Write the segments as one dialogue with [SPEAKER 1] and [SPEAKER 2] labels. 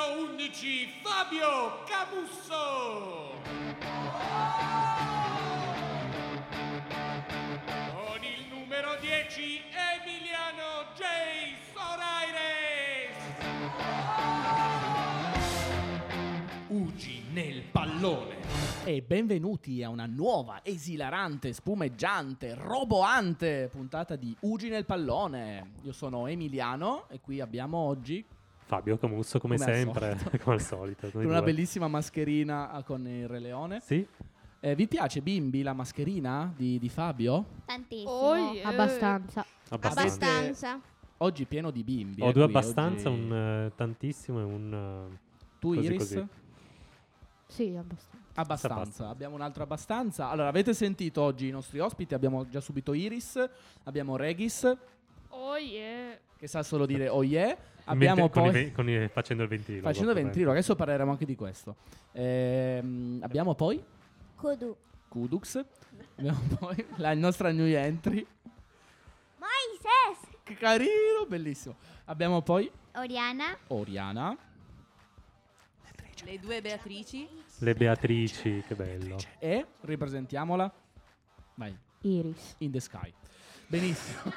[SPEAKER 1] 2011 Fabio Camusso. Con il numero 10 Emiliano J. Soraires. Ugi nel pallone.
[SPEAKER 2] E benvenuti a una nuova, esilarante, spumeggiante, roboante puntata di Ugi nel pallone. Io sono Emiliano e qui abbiamo oggi,
[SPEAKER 3] Fabio Camusso come,
[SPEAKER 2] Come al
[SPEAKER 3] sempre,
[SPEAKER 2] solito.
[SPEAKER 3] come al solito. noi
[SPEAKER 2] con una
[SPEAKER 3] due.
[SPEAKER 2] bellissima mascherina ah, con il Re Leone.
[SPEAKER 3] Sì,
[SPEAKER 2] Eh, vi piace, bimbi, la mascherina di, di Fabio?
[SPEAKER 4] Tantissimo.
[SPEAKER 5] Oh, yeah.
[SPEAKER 4] Abbastanza.
[SPEAKER 3] abbastanza.
[SPEAKER 4] Abbastanza.
[SPEAKER 2] Oggi pieno di bimbi.
[SPEAKER 3] Ho
[SPEAKER 2] eh,
[SPEAKER 3] due
[SPEAKER 2] qui,
[SPEAKER 3] abbastanza,
[SPEAKER 2] oggi.
[SPEAKER 3] un eh, tantissimo e un...
[SPEAKER 2] Tu,
[SPEAKER 3] così,
[SPEAKER 2] Iris?
[SPEAKER 3] così.
[SPEAKER 4] Sì, abbastanza.
[SPEAKER 2] Abbastanza.
[SPEAKER 3] Abbastanza.
[SPEAKER 2] abbiamo un altro abbastanza. Allora, avete sentito oggi i nostri ospiti? Abbiamo già subito Iris, abbiamo Regis,
[SPEAKER 5] Oh yeah.
[SPEAKER 2] che sa solo dire oh yeah.
[SPEAKER 3] eh,
[SPEAKER 2] Abbiamo
[SPEAKER 3] mente- con i
[SPEAKER 2] poi.
[SPEAKER 3] ve- con i- facendo il ventriloquo.
[SPEAKER 2] Facendo
[SPEAKER 3] ovviamente.
[SPEAKER 2] ventrilo, adesso parleremo anche di questo. Ehm, abbiamo poi
[SPEAKER 4] Codu.
[SPEAKER 2] Kudux, abbiamo poi la nostra new entry,
[SPEAKER 4] Moises.
[SPEAKER 2] che carino, bellissimo. Abbiamo poi
[SPEAKER 4] Oriana.
[SPEAKER 2] Oriana,
[SPEAKER 6] Le due Beatrici,
[SPEAKER 3] Le Beatrici, che bello.
[SPEAKER 2] e ripresentiamola, vai,
[SPEAKER 4] Iris.
[SPEAKER 2] in the sky. Benissimo.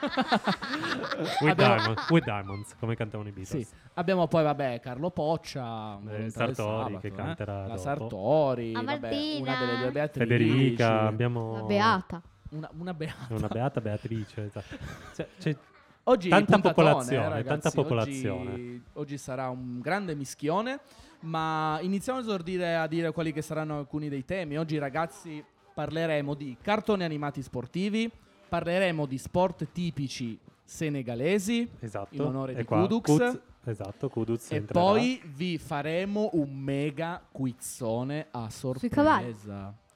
[SPEAKER 3] With,
[SPEAKER 2] Abbiamo-
[SPEAKER 3] Diamond- With Diamonds, come cantavano i
[SPEAKER 2] Sì.
[SPEAKER 3] Beatles.
[SPEAKER 2] Abbiamo poi, vabbè, Carlo Poccia, un
[SPEAKER 3] Eh,
[SPEAKER 2] volontà del
[SPEAKER 3] Sartori,
[SPEAKER 2] sabato,
[SPEAKER 3] che
[SPEAKER 2] eh.
[SPEAKER 3] canterà
[SPEAKER 2] La
[SPEAKER 3] dopo.
[SPEAKER 2] Sartori,
[SPEAKER 4] La
[SPEAKER 2] vabbè, una
[SPEAKER 4] Martina.
[SPEAKER 2] delle due Beatrici.
[SPEAKER 3] Federica, abbiamo...
[SPEAKER 2] Oh.
[SPEAKER 4] La Beata.
[SPEAKER 2] Una, una Beata.
[SPEAKER 3] Una Beata Beatrice, esatto. Cioè, c'è-
[SPEAKER 2] Oggi
[SPEAKER 3] Tanta
[SPEAKER 2] puntatone,
[SPEAKER 3] popolazione,
[SPEAKER 2] eh, ragazzi.
[SPEAKER 3] tanta
[SPEAKER 2] Oggi-
[SPEAKER 3] popolazione.
[SPEAKER 2] Oggi, sarà un grande mischione, ma iniziamo a esordire a dire quali che saranno alcuni dei temi. Oggi ragazzi parleremo di cartoni animati sportivi, parleremo di sport tipici senegalesi
[SPEAKER 3] esatto.
[SPEAKER 2] In onore
[SPEAKER 3] e
[SPEAKER 2] di
[SPEAKER 3] qua
[SPEAKER 2] Kudux.
[SPEAKER 3] Kuduz- esatto, Kuduz
[SPEAKER 2] e
[SPEAKER 3] entrerà.
[SPEAKER 2] poi vi faremo un mega quizzone a sorpresa.
[SPEAKER 4] cavalli?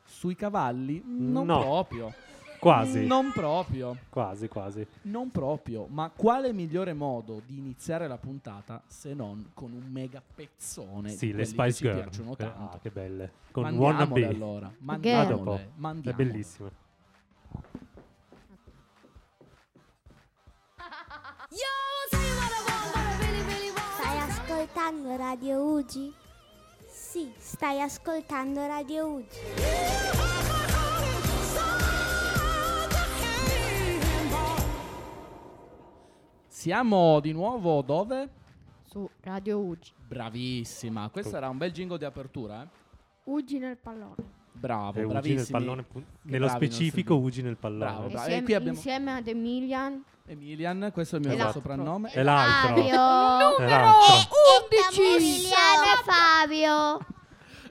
[SPEAKER 2] Sui cavalli? Non
[SPEAKER 3] No.
[SPEAKER 2] proprio.
[SPEAKER 3] Quasi,
[SPEAKER 2] Non proprio.
[SPEAKER 3] quasi, quasi.
[SPEAKER 2] Non proprio, ma quale migliore modo di iniziare la puntata se non con un mega pezzone
[SPEAKER 3] Sì,
[SPEAKER 2] di
[SPEAKER 3] le
[SPEAKER 2] quelli che
[SPEAKER 3] Spice
[SPEAKER 2] ci
[SPEAKER 3] Girl.
[SPEAKER 2] piacciono
[SPEAKER 3] Eh,
[SPEAKER 2] tanto.
[SPEAKER 3] ah, che belle. Con
[SPEAKER 2] mandiamole
[SPEAKER 3] Wannabe.
[SPEAKER 2] allora,
[SPEAKER 3] A
[SPEAKER 2] mandiamole,
[SPEAKER 3] dopo. È
[SPEAKER 2] mandiamole.
[SPEAKER 3] bellissima.
[SPEAKER 2] Ah,
[SPEAKER 7] Stai ascoltando Radio Ugi? Sì, stai ascoltando Radio Ugi.
[SPEAKER 2] Siamo di nuovo dove?
[SPEAKER 6] su Radio Ugi.
[SPEAKER 2] Bravissima, questo era un bel jingo di apertura, eh?
[SPEAKER 5] Ugi nel pallone.
[SPEAKER 2] Bravo,
[SPEAKER 3] E Ugi nel
[SPEAKER 2] bravissimi.
[SPEAKER 3] pallone. pu- Nello
[SPEAKER 2] bravi i
[SPEAKER 3] specifico
[SPEAKER 2] nostri-
[SPEAKER 3] Ugi nel pallone.
[SPEAKER 2] Bravo, bravo. E
[SPEAKER 6] Insieme,
[SPEAKER 2] Oh, qui abbiamo
[SPEAKER 6] insieme ad Emilian.
[SPEAKER 2] Emilian, questo è il mio
[SPEAKER 6] Esatto.
[SPEAKER 2] soprannome.
[SPEAKER 3] E l'altro.
[SPEAKER 2] Oh.
[SPEAKER 4] Fabio.
[SPEAKER 3] È l'altro.
[SPEAKER 4] Emiliano e Fabio.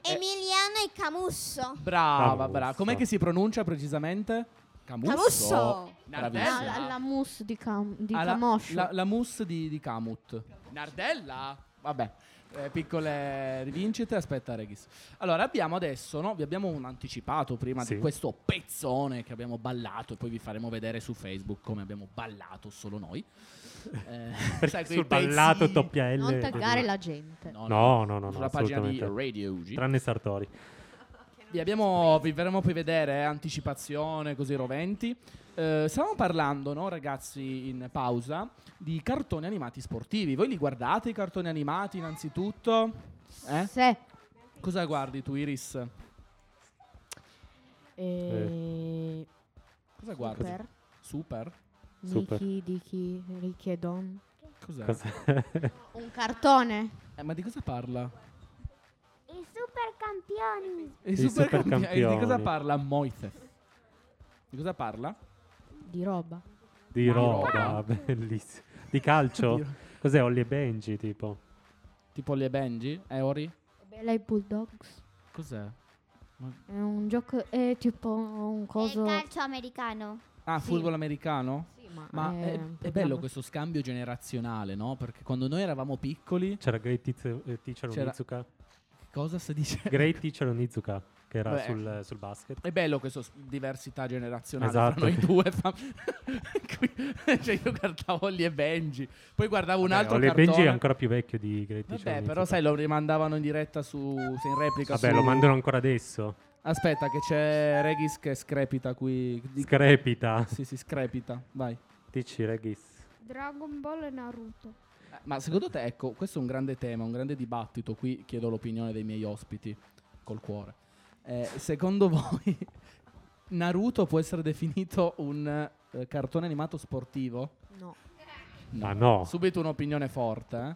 [SPEAKER 5] Eh.
[SPEAKER 7] Emiliano e Camusso.
[SPEAKER 2] Brava,
[SPEAKER 3] Camusso.
[SPEAKER 2] brava. Com'è che si pronuncia precisamente? Camusso.
[SPEAKER 7] Camusso.
[SPEAKER 2] Bravissima.
[SPEAKER 6] La, la mousse di, Cam- di
[SPEAKER 2] Ah, la-
[SPEAKER 6] Camoscio.
[SPEAKER 2] La, la mousse di, di Camut. Nardella? Vabbè. eh, piccole rivincite, aspetta Regis. Allora abbiamo adesso, no? vi abbiamo un anticipato prima
[SPEAKER 3] Sì.
[SPEAKER 2] di questo pezzone che abbiamo ballato e poi vi faremo vedere su Facebook come abbiamo ballato solo noi. Eh, sai,
[SPEAKER 3] Perché
[SPEAKER 2] quei
[SPEAKER 3] sul ballato
[SPEAKER 2] pezzi-
[SPEAKER 3] doppia L.
[SPEAKER 6] Non taggare la gente.
[SPEAKER 2] eh, No,
[SPEAKER 3] No, no, no, no,
[SPEAKER 2] Sulla pagina di
[SPEAKER 3] assolutamente.
[SPEAKER 2] Radio UG.
[SPEAKER 3] Tranne Sartori.
[SPEAKER 2] Eh. Vi, abbiamo, vi faremo poi vedere eh, anticipazione, così roventi. Eh, stavamo parlando, no, ragazzi, in pausa, di cartoni animati sportivi. Voi li guardate i cartoni animati innanzitutto? Eh?
[SPEAKER 6] Se.
[SPEAKER 2] Cosa guardi tu, Iris?
[SPEAKER 6] eh, E...
[SPEAKER 2] Eh, Cosa guardi?
[SPEAKER 6] Super.
[SPEAKER 2] Super?
[SPEAKER 3] Super.
[SPEAKER 6] Nicky, Dicky, Ricky e Don.
[SPEAKER 2] Cos'è?
[SPEAKER 3] Cos'è?
[SPEAKER 6] Un cartone.
[SPEAKER 2] Eh, ma di cosa parla?
[SPEAKER 7] I super campioni.
[SPEAKER 2] I,
[SPEAKER 3] supercampioni.
[SPEAKER 2] supercampioni. Di cosa parla Moithe? Di cosa parla?
[SPEAKER 6] Di roba.
[SPEAKER 3] Di
[SPEAKER 2] Di
[SPEAKER 3] roba,
[SPEAKER 2] roba.
[SPEAKER 3] ah, bellissimo. Di calcio?
[SPEAKER 2] Di ro-
[SPEAKER 3] Cos'è Ollie e Benji, tipo?
[SPEAKER 2] Tipo le Benji? Eori?
[SPEAKER 6] Bella e Bulldogs.
[SPEAKER 2] Cos'è?
[SPEAKER 6] È un gioco. È tipo un coso.
[SPEAKER 7] E calcio americano.
[SPEAKER 2] Ah,
[SPEAKER 6] Sì.
[SPEAKER 2] football americano?
[SPEAKER 6] Sì, ma, eh,
[SPEAKER 2] Ma
[SPEAKER 6] è,
[SPEAKER 2] è,
[SPEAKER 6] un
[SPEAKER 2] è bello
[SPEAKER 6] programma.
[SPEAKER 2] questo scambio generazionale, no? Perché quando noi eravamo piccoli,
[SPEAKER 3] C'era Great Tiz- eh, Teacher
[SPEAKER 2] C'era-
[SPEAKER 3] Onizuka?
[SPEAKER 2] cosa si dice?
[SPEAKER 3] Great Teacher Onizuka, che era
[SPEAKER 2] Beh.
[SPEAKER 3] sul, sul basket.
[SPEAKER 2] È bello questa diversità generazionale
[SPEAKER 3] Esatto.
[SPEAKER 2] fra noi due. fa- Qui- cioè io guardavo Ollie e Benji, poi guardavo un
[SPEAKER 3] Beh,
[SPEAKER 2] altro
[SPEAKER 3] Ollie Eh, e
[SPEAKER 2] cartone.
[SPEAKER 3] Benji è ancora più vecchio di Great Teacher
[SPEAKER 2] Vabbè,
[SPEAKER 3] Onizuka.
[SPEAKER 2] però sai, lo rimandavano in diretta su se in replica
[SPEAKER 3] Vabbè,
[SPEAKER 2] su-
[SPEAKER 3] lo mandano ancora adesso.
[SPEAKER 2] Aspetta che c'è Regis che screpita qui. Di-
[SPEAKER 3] Screpita.
[SPEAKER 2] Sì, sì, screpita. Vai.
[SPEAKER 3] Dici, Regis.
[SPEAKER 5] Dragon Ball e Naruto.
[SPEAKER 2] Eh, Ma secondo te, ecco, questo è un grande tema, un grande dibattito. Qui chiedo l'opinione dei miei ospiti col cuore. Eh, secondo voi Naruto può essere definito un eh, cartone animato sportivo?
[SPEAKER 8] No.
[SPEAKER 3] Ma Ah, no,
[SPEAKER 2] Subito un'opinione forte. eh.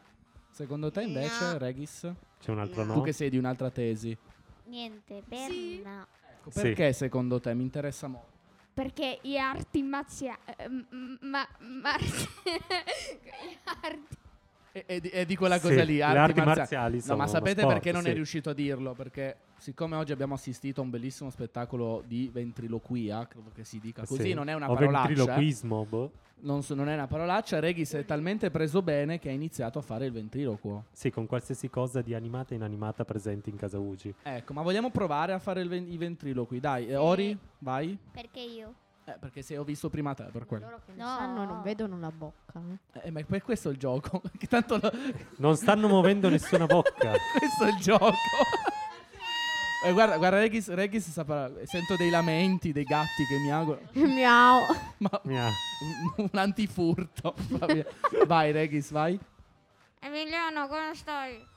[SPEAKER 2] Secondo te invece,
[SPEAKER 7] No.
[SPEAKER 2] Regis?
[SPEAKER 3] c'è un altro
[SPEAKER 7] No.
[SPEAKER 3] no.
[SPEAKER 2] Tu che sei di un'altra tesi.
[SPEAKER 7] Niente,
[SPEAKER 5] Sì.
[SPEAKER 7] Berna.
[SPEAKER 2] Ecco,
[SPEAKER 3] Sì.
[SPEAKER 2] perché secondo te? Mi interessa molto.
[SPEAKER 5] Perché gli arti marzia... eh, m- ma, mar- gli arti...
[SPEAKER 2] E, e di- e di quella
[SPEAKER 3] Sì,
[SPEAKER 2] cosa lì,
[SPEAKER 3] le
[SPEAKER 2] arti,
[SPEAKER 3] arti
[SPEAKER 2] marziali.
[SPEAKER 3] marziali
[SPEAKER 2] No, ma
[SPEAKER 3] sono uno
[SPEAKER 2] sapete
[SPEAKER 3] sport,
[SPEAKER 2] perché non è
[SPEAKER 3] sì.
[SPEAKER 2] riuscito a dirlo? Perché siccome oggi abbiamo assistito a un bellissimo spettacolo di ventriloquia, credo che si dica così,
[SPEAKER 3] Sì.
[SPEAKER 2] non è una
[SPEAKER 3] o
[SPEAKER 2] parolaccia. eh.
[SPEAKER 3] ventriloquismo, boh.
[SPEAKER 2] Non, so- non è una parolaccia, Regis è talmente preso bene che ha iniziato a fare il ventriloquo.
[SPEAKER 3] Sì, con qualsiasi cosa di animata e inanimata presente in casa Ugi.
[SPEAKER 2] Ecco, ma vogliamo provare a fare il ven- i ventriloqui. Dai, eh, Ori, vai.
[SPEAKER 7] Perché io?
[SPEAKER 2] Eh, perché se ho visto prima te, per quello.
[SPEAKER 6] Loro che
[SPEAKER 7] No.
[SPEAKER 6] no. sanno non vedono la bocca. eh.
[SPEAKER 2] Eh, ma per questo è il gioco. che tanto lo-
[SPEAKER 3] Non stanno muovendo nessuna bocca.
[SPEAKER 2] questo è il gioco. Eh, guarda, guarda, Regis, Regis sa parlare. Sento dei lamenti, dei gatti che mi auguro.
[SPEAKER 6] Miau.
[SPEAKER 2] Ma
[SPEAKER 3] Mia.
[SPEAKER 2] un- un antifurto. Va via. vai, Regis, vai.
[SPEAKER 5] Emiliano, come stai?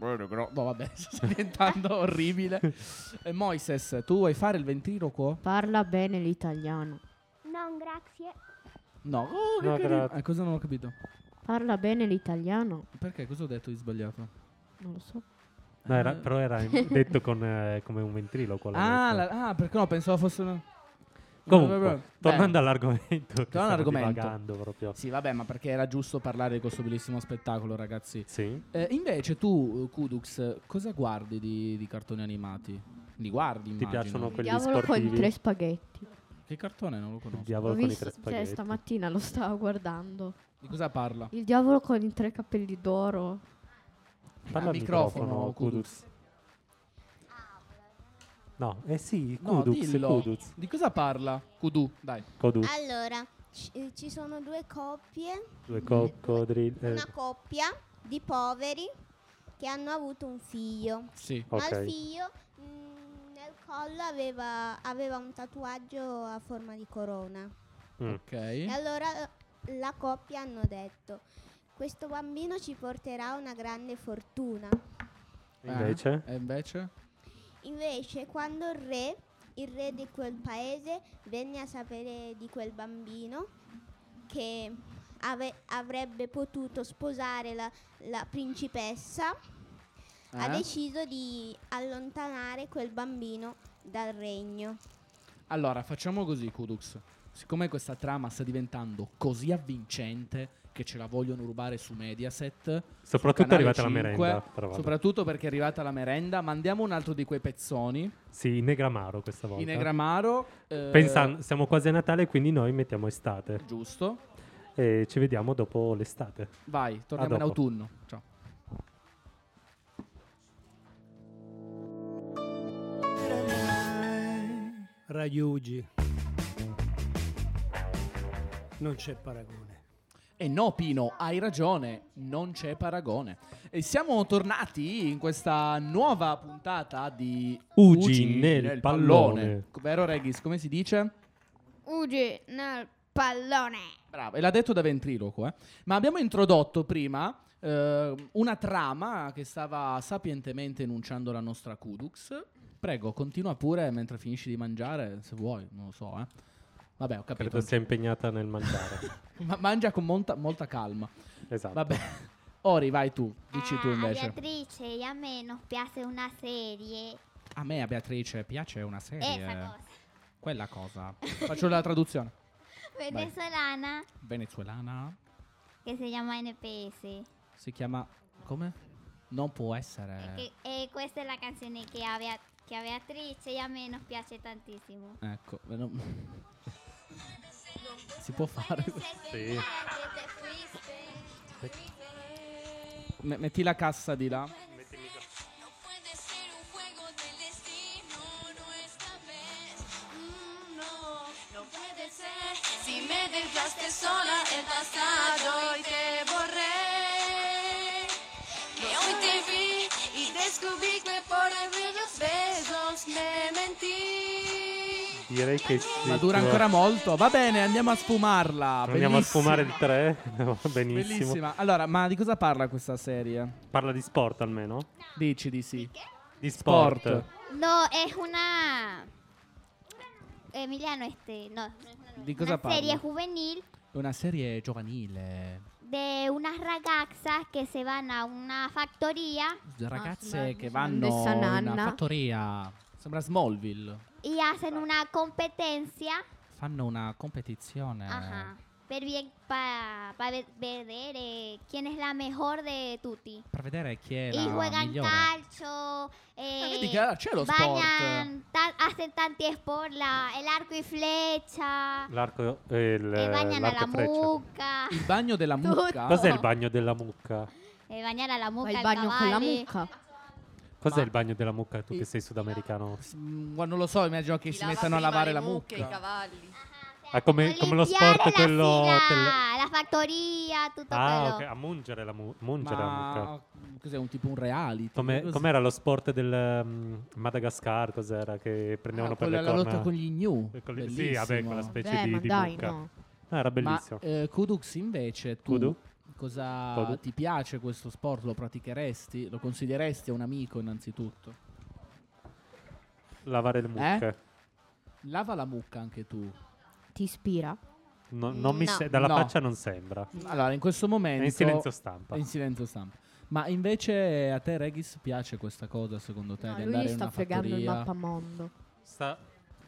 [SPEAKER 2] No, Boh, vabbè, sta diventando orribile. Eh, Moises, tu vuoi fare il ventriloquo?
[SPEAKER 6] Parla bene l'italiano.
[SPEAKER 7] Non, grazie.
[SPEAKER 2] No, oh, che
[SPEAKER 3] No,
[SPEAKER 2] carino.
[SPEAKER 3] grazie.
[SPEAKER 2] Eh, cosa non ho capito?
[SPEAKER 6] Parla bene l'italiano.
[SPEAKER 2] Perché? Cosa ho detto di sbagliato?
[SPEAKER 6] Non lo so.
[SPEAKER 3] No, era- però era in- detto con, eh, come un ventriloquo. l'ho
[SPEAKER 2] Ah,
[SPEAKER 3] detto.
[SPEAKER 2] la- ah, perché no? Pensavo fosse una...
[SPEAKER 3] Comunque,
[SPEAKER 2] Beh,
[SPEAKER 3] tornando all'argomento. che stavo
[SPEAKER 2] all'argomento.
[SPEAKER 3] divagando proprio.
[SPEAKER 2] Sì, vabbè, ma perché era giusto parlare di questo bellissimo spettacolo, ragazzi.
[SPEAKER 3] Sì.
[SPEAKER 2] Eh, invece tu, eh, Kudux, eh, cosa guardi di, di cartoni animati? Li guardi,
[SPEAKER 3] Ti
[SPEAKER 2] immagino.
[SPEAKER 3] piacciono
[SPEAKER 6] Il
[SPEAKER 3] quelli
[SPEAKER 6] diavolo con i
[SPEAKER 3] sportivi?
[SPEAKER 6] tre spaghetti.
[SPEAKER 2] Che cartone? Non lo
[SPEAKER 3] Il
[SPEAKER 2] conosco.
[SPEAKER 3] diavolo
[SPEAKER 6] L'ho
[SPEAKER 3] con i tre
[SPEAKER 6] visto, cioè,
[SPEAKER 3] spaghetti.
[SPEAKER 6] stamattina lo stavo guardando.
[SPEAKER 2] Di cosa parla?
[SPEAKER 6] Il diavolo con i tre capelli d'oro.
[SPEAKER 3] Parla
[SPEAKER 2] Ah,
[SPEAKER 3] al
[SPEAKER 2] microfono,
[SPEAKER 3] microfono, Kuduz.
[SPEAKER 6] Ah,
[SPEAKER 3] No, eh sì,
[SPEAKER 2] No,
[SPEAKER 3] Kuduz,
[SPEAKER 2] dillo.
[SPEAKER 3] Kuduz,
[SPEAKER 2] Di cosa parla? Kudu, dai.
[SPEAKER 3] Kuduz,
[SPEAKER 7] Allora, ci, eh, ci sono due coppie,
[SPEAKER 3] due coccodrilli. eh,
[SPEAKER 7] una coppia di poveri che hanno avuto un figlio.
[SPEAKER 2] Sì.
[SPEAKER 7] Ma
[SPEAKER 3] ok,
[SPEAKER 7] il figlio mh, nel collo aveva, aveva un tatuaggio a forma di corona.
[SPEAKER 3] mm,
[SPEAKER 7] E
[SPEAKER 2] Ok.
[SPEAKER 7] allora eh, la coppia hanno detto, questo bambino ci porterà una grande fortuna.
[SPEAKER 3] invece?
[SPEAKER 2] E invece?
[SPEAKER 7] Invece quando il re, il re di quel paese, venne a sapere di quel bambino che ave- avrebbe potuto sposare la, la principessa, ha
[SPEAKER 2] Eh?
[SPEAKER 7] deciso di allontanare quel bambino dal regno.
[SPEAKER 2] Allora, facciamo così, Kudux. Siccome questa trama sta diventando così avvincente che ce la vogliono rubare su Mediaset,
[SPEAKER 3] Soprattutto è
[SPEAKER 2] Canale
[SPEAKER 3] arrivata la
[SPEAKER 2] 5,
[SPEAKER 3] merenda. però vabbè.
[SPEAKER 2] soprattutto perché è arrivata la merenda, mandiamo un altro di quei pezzoni
[SPEAKER 3] Sì, in Negramaro questa volta.
[SPEAKER 2] in Negramaro. eh,
[SPEAKER 3] Pensa- siamo quasi a Natale, quindi noi mettiamo estate.
[SPEAKER 2] Giusto.
[SPEAKER 3] E ci vediamo dopo l'estate.
[SPEAKER 2] Vai, torniamo
[SPEAKER 3] A
[SPEAKER 2] in
[SPEAKER 3] dopo.
[SPEAKER 2] autunno. Ciao.
[SPEAKER 9] Raiugi. Non c'è paragone.
[SPEAKER 2] E no, Pino, hai ragione, non c'è paragone. E siamo tornati in questa nuova puntata di
[SPEAKER 3] Ugi nel pallone.
[SPEAKER 2] Vero Regis, come si dice?
[SPEAKER 5] Ugi nel pallone.
[SPEAKER 2] Bravo, e l'ha detto da ventriloquo, eh. Ma abbiamo introdotto prima eh, una trama che stava sapientemente enunciando la nostra Kudux. Prego, continua pure mentre finisci di mangiare, se vuoi, non lo so, eh. Vabbè, ho capito.
[SPEAKER 3] Credo sia impegnata nel mangiare.
[SPEAKER 2] Ma- mangia con molta, molta calma.
[SPEAKER 3] esatto.
[SPEAKER 2] Vabbè. Ori, vai tu, dici tu
[SPEAKER 7] Ah,
[SPEAKER 2] invece.
[SPEAKER 7] a Beatrice e a me non piace una serie.
[SPEAKER 2] A me a Beatrice piace una serie.
[SPEAKER 7] Esa Eh, cosa.
[SPEAKER 2] Quella cosa. Faccio la traduzione.
[SPEAKER 7] Venezolana
[SPEAKER 2] Venezuelana
[SPEAKER 7] che si chiama NPS.
[SPEAKER 2] si chiama come? Non può essere.
[SPEAKER 7] Che-
[SPEAKER 4] eh,
[SPEAKER 7] e questa è la canzone che a, Bea- che a Beatrice e a me non piace tantissimo.
[SPEAKER 2] Ecco, eh, no. si può fare.
[SPEAKER 3] Sì.
[SPEAKER 2] Me- metti la cassa di là.
[SPEAKER 10] Mm, Si me dejaste sola el pasado y te borré. Que hoy te vi y descubrí que por aquellos besos me mentí.
[SPEAKER 3] Io direi che
[SPEAKER 2] Ma
[SPEAKER 3] sì,
[SPEAKER 2] dura
[SPEAKER 3] tu-
[SPEAKER 2] ancora molto. Va bene, andiamo a sfumarla.
[SPEAKER 3] Andiamo a
[SPEAKER 2] Bellissima.
[SPEAKER 3] sfumare il 3. Benissimo.
[SPEAKER 2] Bellissima. Allora, ma di cosa parla questa serie?
[SPEAKER 3] Parla di sport almeno?
[SPEAKER 2] Dici di sì.
[SPEAKER 3] Di sport.
[SPEAKER 4] No, es una. Emiliano, este. No, no es una novela.
[SPEAKER 2] ¿De cosa
[SPEAKER 4] Una serie
[SPEAKER 2] parla?
[SPEAKER 4] juvenil
[SPEAKER 2] È una serie giovanile.
[SPEAKER 4] de unas ragazas que se van a una factoría
[SPEAKER 2] Ragazze che
[SPEAKER 6] sono
[SPEAKER 2] vanno
[SPEAKER 6] di
[SPEAKER 2] in una
[SPEAKER 6] Sananna.
[SPEAKER 2] fattoria. Sembra Smallville.
[SPEAKER 4] y hacen una competencia
[SPEAKER 2] Fanno una competizione.
[SPEAKER 8] Ah,
[SPEAKER 4] ajá, per bien, para ver, ver, eh, quién es la mejor de Tutti.
[SPEAKER 2] Per vedere chi è
[SPEAKER 4] y
[SPEAKER 2] la
[SPEAKER 4] juegan
[SPEAKER 2] migliore.
[SPEAKER 4] calcio, eh,
[SPEAKER 2] vedi che allora c'è lo sport. eh.
[SPEAKER 4] bañan, tan- hacen tantiesport, la- el arco y flecha,
[SPEAKER 3] L'arco eh, il-
[SPEAKER 4] eh, bañan a
[SPEAKER 3] l'arco
[SPEAKER 4] la
[SPEAKER 3] e freccia.
[SPEAKER 4] muca.
[SPEAKER 2] Il bagno della mucca.
[SPEAKER 4] Tutto.
[SPEAKER 3] Cos'è il bagno della mucca?
[SPEAKER 4] Eh, bañar a la
[SPEAKER 6] Vai
[SPEAKER 4] muca,
[SPEAKER 6] in
[SPEAKER 4] al
[SPEAKER 6] bagno con la
[SPEAKER 4] cavalli.
[SPEAKER 6] mucca.
[SPEAKER 3] Cos'è
[SPEAKER 2] Ma-
[SPEAKER 3] il bagno della mucca? Tu
[SPEAKER 2] I-
[SPEAKER 3] che sei sudamericano.
[SPEAKER 2] Mm, Non lo so, immagino che
[SPEAKER 8] Chi
[SPEAKER 2] si
[SPEAKER 8] lava
[SPEAKER 2] mettano a
[SPEAKER 8] prima
[SPEAKER 2] lavare
[SPEAKER 8] le
[SPEAKER 2] la
[SPEAKER 8] mucche, i
[SPEAKER 2] mucca.
[SPEAKER 8] cavalli.
[SPEAKER 3] Ah, come, come lo
[SPEAKER 4] Limpiare
[SPEAKER 3] sport
[SPEAKER 4] la
[SPEAKER 3] quello...
[SPEAKER 4] fila,
[SPEAKER 3] del-
[SPEAKER 4] la fattoria, tutto
[SPEAKER 3] Ah,
[SPEAKER 4] quello.
[SPEAKER 3] ok, a mungere la, mu- mungere la mucca.
[SPEAKER 2] Ma cos'è un tipo un reality?
[SPEAKER 3] Come,
[SPEAKER 2] Cos'è?
[SPEAKER 3] com'era lo sport del mm, Madagascar? Cos'era? Che prendevano
[SPEAKER 2] Ah,
[SPEAKER 3] per
[SPEAKER 2] quella
[SPEAKER 3] le
[SPEAKER 2] la
[SPEAKER 3] corna?
[SPEAKER 2] lotta con gli gnu.
[SPEAKER 3] con le- Sì,
[SPEAKER 2] Bellissimo.
[SPEAKER 3] vabbè, quella specie
[SPEAKER 6] Beh,
[SPEAKER 3] di,
[SPEAKER 6] ma
[SPEAKER 3] di
[SPEAKER 6] dai,
[SPEAKER 3] mucca.
[SPEAKER 6] no.
[SPEAKER 3] Ah,
[SPEAKER 2] Ma
[SPEAKER 3] era bellissimo.
[SPEAKER 2] eh, Kudux invece, tu
[SPEAKER 3] Kudu?
[SPEAKER 2] cosa
[SPEAKER 3] Kodu?
[SPEAKER 2] ti piace questo sport? Lo praticheresti? Lo consiglieresti a un amico innanzitutto?
[SPEAKER 3] Lavare le
[SPEAKER 2] eh?
[SPEAKER 3] mucche.
[SPEAKER 2] Lava la mucca anche tu.
[SPEAKER 6] Ti ispira?
[SPEAKER 3] No- non mi
[SPEAKER 7] No.
[SPEAKER 3] se- dalla
[SPEAKER 2] No.
[SPEAKER 3] faccia non sembra.
[SPEAKER 2] Allora, in questo momento...
[SPEAKER 3] È in silenzio stampa.
[SPEAKER 2] in silenzio stampa. Ma invece a te, Regis, piace questa cosa secondo te?
[SPEAKER 6] No,
[SPEAKER 2] Cioè, di
[SPEAKER 6] lui
[SPEAKER 2] andare in
[SPEAKER 6] sta
[SPEAKER 2] una
[SPEAKER 6] fregando il
[SPEAKER 2] fattoria?
[SPEAKER 6] mappamondo.
[SPEAKER 3] Sta,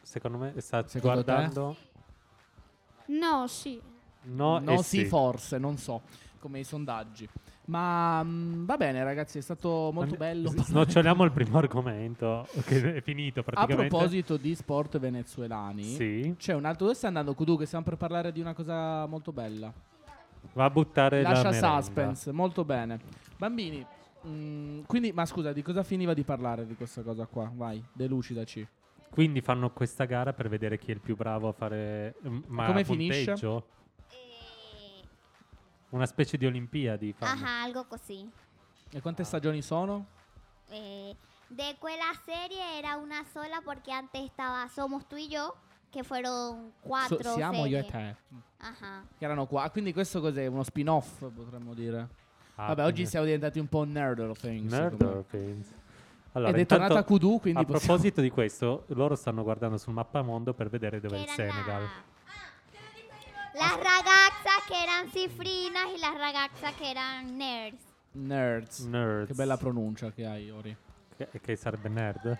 [SPEAKER 3] secondo me, sta
[SPEAKER 2] Secondo te?
[SPEAKER 3] guardando.
[SPEAKER 5] No, sì.
[SPEAKER 3] No, eh
[SPEAKER 2] no,
[SPEAKER 3] e
[SPEAKER 2] sì, forse, non so, come i sondaggi. Ma mh, va bene, ragazzi, è stato molto
[SPEAKER 3] And-
[SPEAKER 2] bello.
[SPEAKER 3] s- Snoccioliamo il primo argomento, che è finito
[SPEAKER 2] A
[SPEAKER 3] praticamente.
[SPEAKER 2] proposito di sport venezuelani,
[SPEAKER 3] Sì,
[SPEAKER 2] c'è un altro dove sta andando Kudu che stiamo per parlare di una cosa molto bella.
[SPEAKER 3] va a buttare
[SPEAKER 2] Lascia
[SPEAKER 3] la merenda.
[SPEAKER 2] suspense, molto bene. Bambini, mh, quindi, ma scusa, di cosa finiva di parlare di questa cosa qua? Vai, delucidaci.
[SPEAKER 3] Quindi fanno questa gara per vedere chi è il più bravo a fare... m- Ma
[SPEAKER 2] Come
[SPEAKER 3] punteggio?
[SPEAKER 2] finisce?
[SPEAKER 4] Eh,
[SPEAKER 3] Una specie di Olimpiadi
[SPEAKER 7] Ah,
[SPEAKER 3] fanno.
[SPEAKER 4] ajá, algo così.
[SPEAKER 2] E quante stagioni sono?
[SPEAKER 4] Eh, de que la serie era una sola porque antes estaba Somos tú y yo, que
[SPEAKER 2] So-
[SPEAKER 4] fueron cuatro
[SPEAKER 2] siamo io e
[SPEAKER 4] series.
[SPEAKER 2] te.
[SPEAKER 4] Ajá.
[SPEAKER 2] Che erano qua. Ah, Quindi questo cos'è? Uno spin-off, potremmo dire.
[SPEAKER 3] Ah,
[SPEAKER 2] Vabbè, oggi
[SPEAKER 3] quindi-
[SPEAKER 2] siamo diventati un po' nerd of things.
[SPEAKER 3] Nerd
[SPEAKER 2] secondo me.
[SPEAKER 3] or things? Allora,
[SPEAKER 2] Ed è
[SPEAKER 3] intanto,
[SPEAKER 2] tornata Kudu, quindi
[SPEAKER 3] A
[SPEAKER 2] possiamo-
[SPEAKER 3] proposito di questo, loro stanno guardando sul mappamondo per vedere dove è
[SPEAKER 4] Que
[SPEAKER 3] il
[SPEAKER 4] eran
[SPEAKER 3] Senegal.
[SPEAKER 4] la- Las ragazas que eran cifrinas y las ragazas que eran nerds.
[SPEAKER 2] Nerds.
[SPEAKER 3] Nerds.
[SPEAKER 2] Che bella pronuncia che hai, Ori.
[SPEAKER 3] Che, che sarebbe nerd?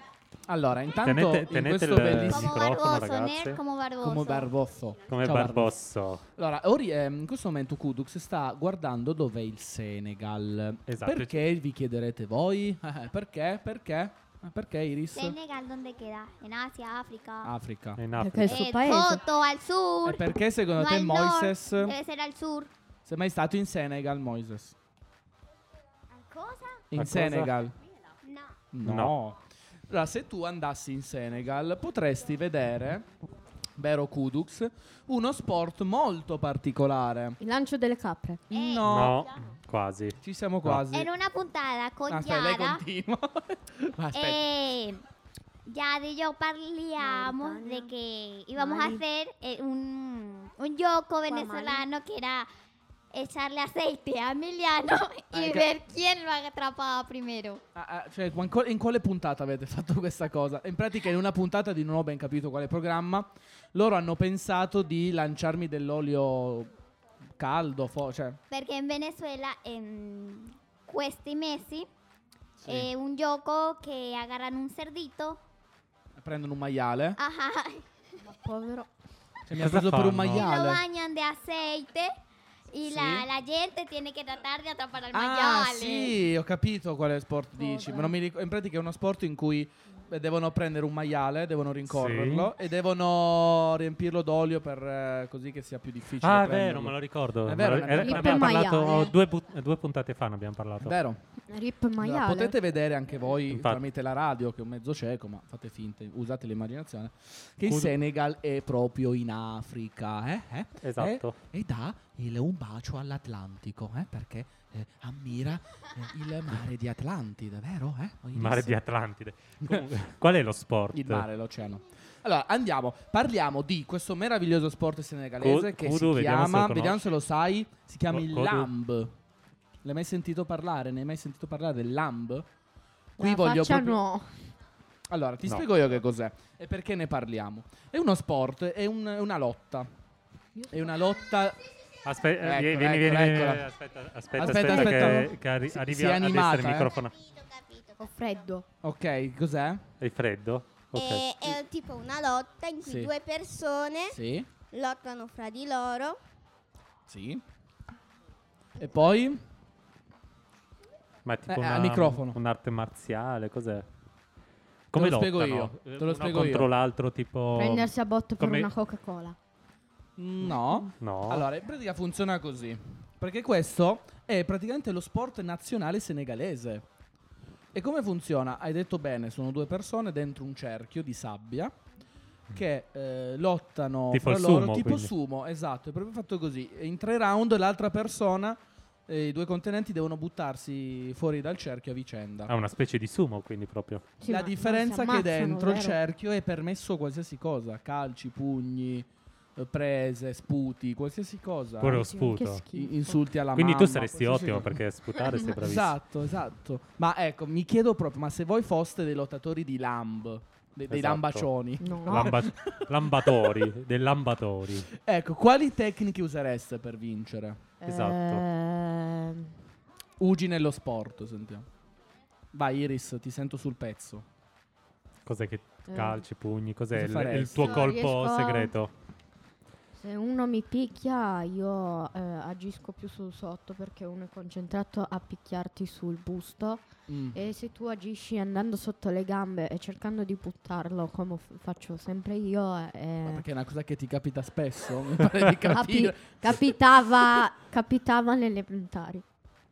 [SPEAKER 2] Allora, intanto
[SPEAKER 3] Tenete-
[SPEAKER 2] in
[SPEAKER 3] tenete
[SPEAKER 2] questo
[SPEAKER 3] il-
[SPEAKER 2] bellissimo...
[SPEAKER 4] Como
[SPEAKER 3] micrófono,
[SPEAKER 4] Barboso,
[SPEAKER 3] ragazzi.
[SPEAKER 4] nerd como Barboso.
[SPEAKER 2] Come Barbosso.
[SPEAKER 3] Come
[SPEAKER 2] Ciao, Barbosso.
[SPEAKER 3] Barbosso.
[SPEAKER 2] Allora, Ori, ehm, in questo momento Kudux sta guardando dov'è il Senegal.
[SPEAKER 3] Esatto.
[SPEAKER 2] Perché vi chiederete voi? Eh, perché? Perché? Eh, Perché Iris?
[SPEAKER 4] Senegal, ¿dónde queda? En Asia, África.
[SPEAKER 2] Africa.
[SPEAKER 3] È in Africa.
[SPEAKER 6] Perché è il suo
[SPEAKER 4] Eh,
[SPEAKER 6] paese.
[SPEAKER 4] Soto, al
[SPEAKER 2] E
[SPEAKER 4] sur.
[SPEAKER 2] perché secondo
[SPEAKER 4] no
[SPEAKER 2] te
[SPEAKER 4] al nord,
[SPEAKER 2] Moises...
[SPEAKER 4] Debe ser al sur.
[SPEAKER 2] Sei mai stato in Senegal, Moises?
[SPEAKER 4] Cosa?
[SPEAKER 2] In
[SPEAKER 3] Ma cosa?
[SPEAKER 2] Senegal?
[SPEAKER 4] No.
[SPEAKER 2] No. Allora, se tu andassi in Senegal, potresti vedere, vero Kudux, uno sport molto particolare.
[SPEAKER 6] Il lancio delle capre.
[SPEAKER 4] Eh,
[SPEAKER 2] No.
[SPEAKER 3] No, quasi.
[SPEAKER 2] Ci siamo quasi.
[SPEAKER 4] En una puntada con
[SPEAKER 2] Ah, aspetta, lei
[SPEAKER 4] Yara,
[SPEAKER 2] continua. Ma aspetta.
[SPEAKER 4] eh, Yara y yo parliamos de que íbamos a hacer eh, un, un yoco venezolano que era echarle aceite a Emiliano y
[SPEAKER 2] Ah, ok.
[SPEAKER 4] ver quién lo atrapaba primero.
[SPEAKER 2] Ah, ah, cioè, ma in qual- in quale puntata avete fatto questa cosa? In pratica, in una puntata di non ho ben capito quale programma, loro hanno pensato di lanciarmi dell'olio caldo, fo- cioè...
[SPEAKER 4] Porque en Venezuela, en Cuesta y Messi, eh, un yoco que agarran un cerdito.
[SPEAKER 2] Prendono un maiale.
[SPEAKER 4] Ajá,
[SPEAKER 6] Povero.
[SPEAKER 2] Cioè, mi ha
[SPEAKER 3] Cosa
[SPEAKER 2] preso per un
[SPEAKER 3] fanno?
[SPEAKER 4] lo
[SPEAKER 2] maiale.
[SPEAKER 4] bañan de aceite y la,
[SPEAKER 2] Sí.
[SPEAKER 4] la gente tiene que tratar de atrapar al
[SPEAKER 2] Ah,
[SPEAKER 4] mayale.
[SPEAKER 2] sì, ho capito quale sport dici. Ma non mi ric- in pratica è uno sport in cui eh, devono prendere un maiale, devono rincorrerlo e devono riempirlo d'olio per eh, così che sia più difficile.
[SPEAKER 3] Ah, è vero,
[SPEAKER 2] prenderlo.
[SPEAKER 3] me lo ricordo.
[SPEAKER 2] cioè, È
[SPEAKER 3] È
[SPEAKER 2] vero,
[SPEAKER 3] vero,
[SPEAKER 2] ne abbiamo
[SPEAKER 3] ne abbiamo
[SPEAKER 6] parlato.
[SPEAKER 3] parlato
[SPEAKER 6] Maiale.
[SPEAKER 3] due, bu- due puntate fa, ne abbiamo
[SPEAKER 2] È
[SPEAKER 3] parlato.
[SPEAKER 2] vero.
[SPEAKER 6] Rip
[SPEAKER 2] Allora,
[SPEAKER 6] maiale.
[SPEAKER 2] potete vedere anche voi
[SPEAKER 3] Infatti.
[SPEAKER 2] tramite la radio, che è un mezzo cieco, ma fate finta, usate l'immaginazione, che il
[SPEAKER 3] Scusa.
[SPEAKER 2] Senegal è proprio in Africa. eh, eh,
[SPEAKER 3] Esatto.
[SPEAKER 2] eh, E, dà il- un bacio all'Atlantico, eh, perché eh, ammira eh, il mare di Atlantide, vero? Eh? Ho
[SPEAKER 3] Mare
[SPEAKER 2] visto.
[SPEAKER 3] di Atlantide. Comunque, qual è lo sport?
[SPEAKER 2] Il mare, l'oceano. Allora, andiamo, parliamo di questo meraviglioso sport senegalese
[SPEAKER 3] Co-
[SPEAKER 2] che
[SPEAKER 3] Kudu,
[SPEAKER 2] si
[SPEAKER 3] vediamo se lo
[SPEAKER 2] chiama,
[SPEAKER 3] conosci.
[SPEAKER 2] vediamo se lo sai, si chiama
[SPEAKER 3] Co-
[SPEAKER 2] il
[SPEAKER 3] Kudu.
[SPEAKER 2] Lamb. L'hai mai sentito parlare? Ne hai mai sentito parlare del Lamb? Qui
[SPEAKER 6] La
[SPEAKER 2] voglio
[SPEAKER 6] faccia
[SPEAKER 2] proprio-
[SPEAKER 6] no.
[SPEAKER 2] Allora, ti
[SPEAKER 3] No.
[SPEAKER 2] spiego io che cos'è e perché ne parliamo. È uno sport, è, un- è una lotta. È una lotta
[SPEAKER 3] Aspetta,
[SPEAKER 2] Eccola,
[SPEAKER 3] vieni, eh, vieni,
[SPEAKER 2] eccola,
[SPEAKER 3] vieni,
[SPEAKER 2] eccola.
[SPEAKER 3] Aspetta, aspetta,
[SPEAKER 2] Aspetta,
[SPEAKER 3] aspetta,
[SPEAKER 2] aspetta.
[SPEAKER 3] che, che arri-
[SPEAKER 2] Si-
[SPEAKER 3] arrivi
[SPEAKER 2] si è
[SPEAKER 3] a- ad
[SPEAKER 2] animata,
[SPEAKER 3] essere il
[SPEAKER 2] eh.
[SPEAKER 3] microfono.
[SPEAKER 7] Capito, capito.
[SPEAKER 6] Ho freddo.
[SPEAKER 2] Ok, cos'è?
[SPEAKER 6] Eh?
[SPEAKER 3] È freddo? Ok.
[SPEAKER 7] È, è tipo una lotta in cui
[SPEAKER 2] Sì.
[SPEAKER 7] due persone
[SPEAKER 2] Sì,
[SPEAKER 7] lottano fra di loro
[SPEAKER 2] sì. E poi?
[SPEAKER 3] Ma è tipo
[SPEAKER 2] Eh,
[SPEAKER 3] una-
[SPEAKER 2] al microfono.
[SPEAKER 3] un'arte marziale, cos'è? Come
[SPEAKER 2] lo
[SPEAKER 3] lottano?
[SPEAKER 2] spiego io,
[SPEAKER 3] Eh,
[SPEAKER 2] te lo
[SPEAKER 3] uno
[SPEAKER 2] spiego io.
[SPEAKER 3] contro l'altro, tipo...
[SPEAKER 6] Prendersi a botto per
[SPEAKER 3] Oh. come-
[SPEAKER 6] una Coca-Cola.
[SPEAKER 2] No.
[SPEAKER 3] No.
[SPEAKER 2] Allora, in pratica funziona così. Perché questo è praticamente lo sport nazionale senegalese. E come funziona? Hai detto bene, sono due persone dentro un cerchio di sabbia che eh, lottano
[SPEAKER 3] Tipo
[SPEAKER 2] fra
[SPEAKER 3] il
[SPEAKER 2] loro
[SPEAKER 3] sumo,
[SPEAKER 2] tipo
[SPEAKER 3] quindi.
[SPEAKER 2] sumo, esatto, è proprio fatto così. E In tre round l'altra persona e i due contenenti devono buttarsi fuori dal cerchio a vicenda.
[SPEAKER 3] Ha una specie di sumo, quindi proprio.
[SPEAKER 6] Sì,
[SPEAKER 2] La
[SPEAKER 6] ma- ma si
[SPEAKER 2] differenza è che
[SPEAKER 6] ammazzano,
[SPEAKER 2] dentro il
[SPEAKER 6] vero?
[SPEAKER 2] cerchio è permesso qualsiasi cosa, calci, pugni, eh, prese, sputi, qualsiasi cosa.
[SPEAKER 3] Pure lo
[SPEAKER 6] Sì, ma che
[SPEAKER 3] sputo.
[SPEAKER 2] I-
[SPEAKER 6] schifo.
[SPEAKER 2] insulti alla
[SPEAKER 3] Quindi tu
[SPEAKER 2] Ah, mamma,
[SPEAKER 3] saresti
[SPEAKER 2] qualsiasi
[SPEAKER 3] ottimo
[SPEAKER 2] cosa.
[SPEAKER 3] perché sputare sei bravissimo.
[SPEAKER 2] Esatto, esatto. Ma ecco, mi chiedo proprio, ma se voi foste dei lottatori di lamb, de- dei
[SPEAKER 3] Esatto.
[SPEAKER 2] lambacioni,
[SPEAKER 6] No.
[SPEAKER 3] Lamba- lambatori, dei lambatori.
[SPEAKER 2] ecco, quali tecniche usereste per vincere?
[SPEAKER 6] Eh,
[SPEAKER 3] Esatto.
[SPEAKER 2] Esatto.
[SPEAKER 6] Ehm,
[SPEAKER 2] Ugi nello sport, sentiamo. Vai Iris, ti sento sul pezzo.
[SPEAKER 3] Cos'è che
[SPEAKER 6] Eh.
[SPEAKER 3] calci, pugni,
[SPEAKER 2] Cosa
[SPEAKER 3] cos'è il,
[SPEAKER 2] faresti?
[SPEAKER 3] il tuo
[SPEAKER 6] No,
[SPEAKER 3] colpo
[SPEAKER 6] riesco a-
[SPEAKER 3] segreto?
[SPEAKER 6] se uno mi picchia, io eh, agisco più sul sotto perché uno è concentrato a picchiarti sul busto.
[SPEAKER 2] Mm.
[SPEAKER 6] E se tu agisci andando sotto le gambe e cercando di buttarlo come f- faccio sempre io,
[SPEAKER 2] Ma
[SPEAKER 6] eh,
[SPEAKER 2] perché è una cosa che ti capita spesso, mi pare di capire.
[SPEAKER 6] capi- capitava, capitava nelle elementari.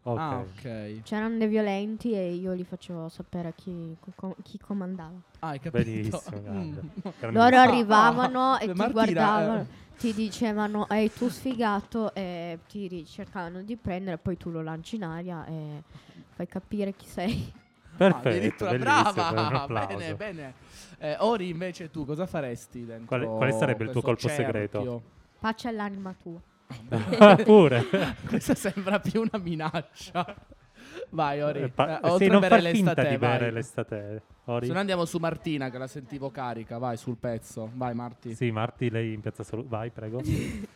[SPEAKER 3] Ok.
[SPEAKER 2] Ah, ok.
[SPEAKER 6] C'erano dei violenti e io li facevo sapere chi, co- chi comandava.
[SPEAKER 2] Ah, hai capito.
[SPEAKER 3] Benissimo, grande. Grandissimo.
[SPEAKER 6] Loro
[SPEAKER 2] Ah,
[SPEAKER 6] arrivavano
[SPEAKER 2] ah,
[SPEAKER 6] e ti
[SPEAKER 2] Martina,
[SPEAKER 6] guardavano,
[SPEAKER 2] eh.
[SPEAKER 6] ti dicevano ehi tu sfigato e ti ri- cercavano di prendere, poi tu lo lanci in aria e fai capire chi sei.
[SPEAKER 2] Ah,
[SPEAKER 3] Perfetto,
[SPEAKER 2] addirittura
[SPEAKER 3] bellissimo, un
[SPEAKER 2] brava,
[SPEAKER 3] applauso.
[SPEAKER 2] bene, bene. Eh, Ori, invece tu cosa faresti dentro
[SPEAKER 3] Quale- quale sarebbe il tuo
[SPEAKER 2] questo
[SPEAKER 3] colpo segreto?
[SPEAKER 2] cerchio?
[SPEAKER 6] Pace all'anima tua.
[SPEAKER 3] Ah, Pure.
[SPEAKER 2] Questa sembra più una minaccia. Vai, Ori.
[SPEAKER 3] Eh, pa-
[SPEAKER 2] Eh, oltre
[SPEAKER 3] sì,
[SPEAKER 2] a
[SPEAKER 3] non
[SPEAKER 2] bere
[SPEAKER 3] far finta
[SPEAKER 2] l'estate,
[SPEAKER 3] di
[SPEAKER 2] vai.
[SPEAKER 3] bere l'estate. Ori?
[SPEAKER 2] Se no andiamo su Martina, che la sentivo carica. Vai, sul pezzo. Vai, Marti.
[SPEAKER 3] Sì, Marti, lei in piazza Salute. Vai, prego.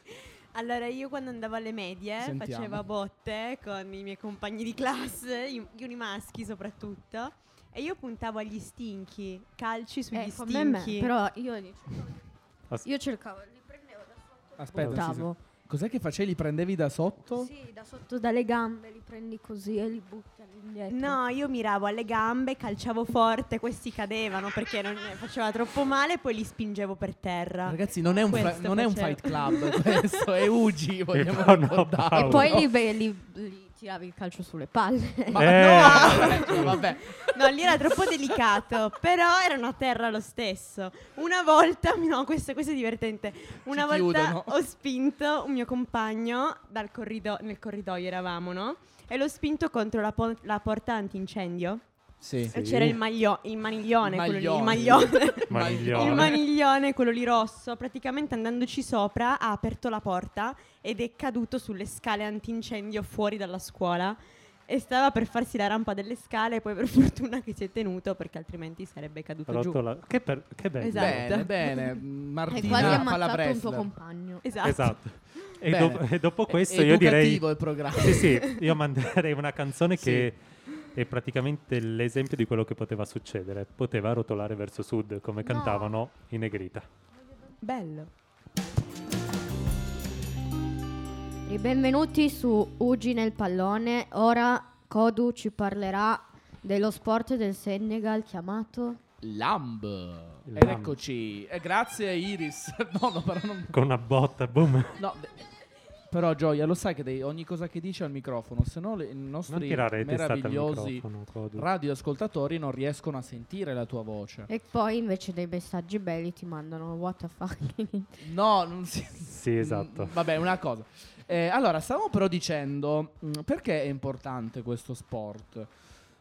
[SPEAKER 8] Allora, io quando andavo alle
[SPEAKER 6] Eh,
[SPEAKER 8] medie
[SPEAKER 2] Sentiamo.
[SPEAKER 8] facevo a botte con i miei compagni di classe, i- gli uni maschi soprattutto, e io puntavo agli stinchi, calci sugli
[SPEAKER 6] Eh, come me,
[SPEAKER 8] stinchi.
[SPEAKER 6] però io, li-
[SPEAKER 3] As-
[SPEAKER 6] io cercavo, li prendevo da sotto.
[SPEAKER 2] Aspetta, sì,
[SPEAKER 6] buttavo.
[SPEAKER 2] sì. cos'è che facevi? Li prendevi da sotto?
[SPEAKER 6] Sì, da sotto dalle gambe li prendi così e li butti all'indietro.
[SPEAKER 8] No, io miravo alle gambe, calciavo forte, questi cadevano perché non eh, faceva troppo male, poi li spingevo per terra.
[SPEAKER 2] Ragazzi, non è un,
[SPEAKER 8] Questo
[SPEAKER 2] fa- non è un
[SPEAKER 8] facevo.
[SPEAKER 2] fight club, questo è Ugi, vogliamo
[SPEAKER 3] fa una
[SPEAKER 2] ricordarlo.
[SPEAKER 6] E poi li, beh, li- li tiravi il calcio sulle palle.
[SPEAKER 2] Ma
[SPEAKER 3] Eh.
[SPEAKER 2] no! Cioè, vabbè.
[SPEAKER 8] No, lì era troppo delicato, però erano a terra lo stesso. Una volta, no, questo, questo è divertente. Una
[SPEAKER 2] Ci
[SPEAKER 8] volta
[SPEAKER 2] chiudono.
[SPEAKER 8] ho spinto un mio compagno dal corrido- nel corridoio eravamo, no? E l'ho spinto contro la, po- la porta antincendio.
[SPEAKER 2] Sì.
[SPEAKER 8] E c'era il, maglio- il maniglione, quello lì, il
[SPEAKER 2] Maglione.
[SPEAKER 8] maglione.
[SPEAKER 3] Maniglione.
[SPEAKER 8] Il maniglione, quello lì rosso, praticamente andandoci sopra ha aperto la porta ed è caduto sulle scale antincendio fuori dalla scuola e stava per farsi la rampa delle scale, poi per fortuna che si è tenuto perché altrimenti sarebbe caduto giù.
[SPEAKER 3] Rotola- Che, per- che bello.
[SPEAKER 8] Esatto.
[SPEAKER 2] Bene, bene.
[SPEAKER 6] E
[SPEAKER 2] Martina
[SPEAKER 6] quasi
[SPEAKER 2] fa la
[SPEAKER 6] ammazzato un tuo
[SPEAKER 2] wrestler.
[SPEAKER 6] compagno.
[SPEAKER 8] Esatto.
[SPEAKER 3] Esatto. E,
[SPEAKER 2] Bene.
[SPEAKER 3] dop- e dopo
[SPEAKER 2] È-
[SPEAKER 3] questo
[SPEAKER 2] è
[SPEAKER 3] io direi...
[SPEAKER 2] educativo il programma.
[SPEAKER 3] Sì, sì, io manderei una canzone che è praticamente l'esempio di quello che poteva succedere. Poteva rotolare verso sud, come cantavano i Negrita.
[SPEAKER 8] Bello.
[SPEAKER 6] E benvenuti su Ugi nel pallone. Ora Kodu ci parlerà dello sport del Senegal chiamato...
[SPEAKER 2] Lamb.
[SPEAKER 3] Il
[SPEAKER 2] Ed
[SPEAKER 3] lamb.
[SPEAKER 2] eccoci. Eh, grazie Iris. no, no, però non...
[SPEAKER 3] Con una botta, boom.
[SPEAKER 2] No, d- Però Gioia, lo sai che devi- ogni cosa che dici al microfono, se no le- i nostri
[SPEAKER 3] tirare le testate al
[SPEAKER 2] meravigliosi
[SPEAKER 3] microfono, Codu.
[SPEAKER 2] radioascoltatori non riescono a sentire la tua voce.
[SPEAKER 6] E poi invece dei messaggi belli ti mandano what the fuck.
[SPEAKER 2] No, non si... Mm,
[SPEAKER 3] Sì, esatto.
[SPEAKER 2] Vabbè, una cosa. Eh, allora, stavamo però dicendo mh, perché è importante questo sport?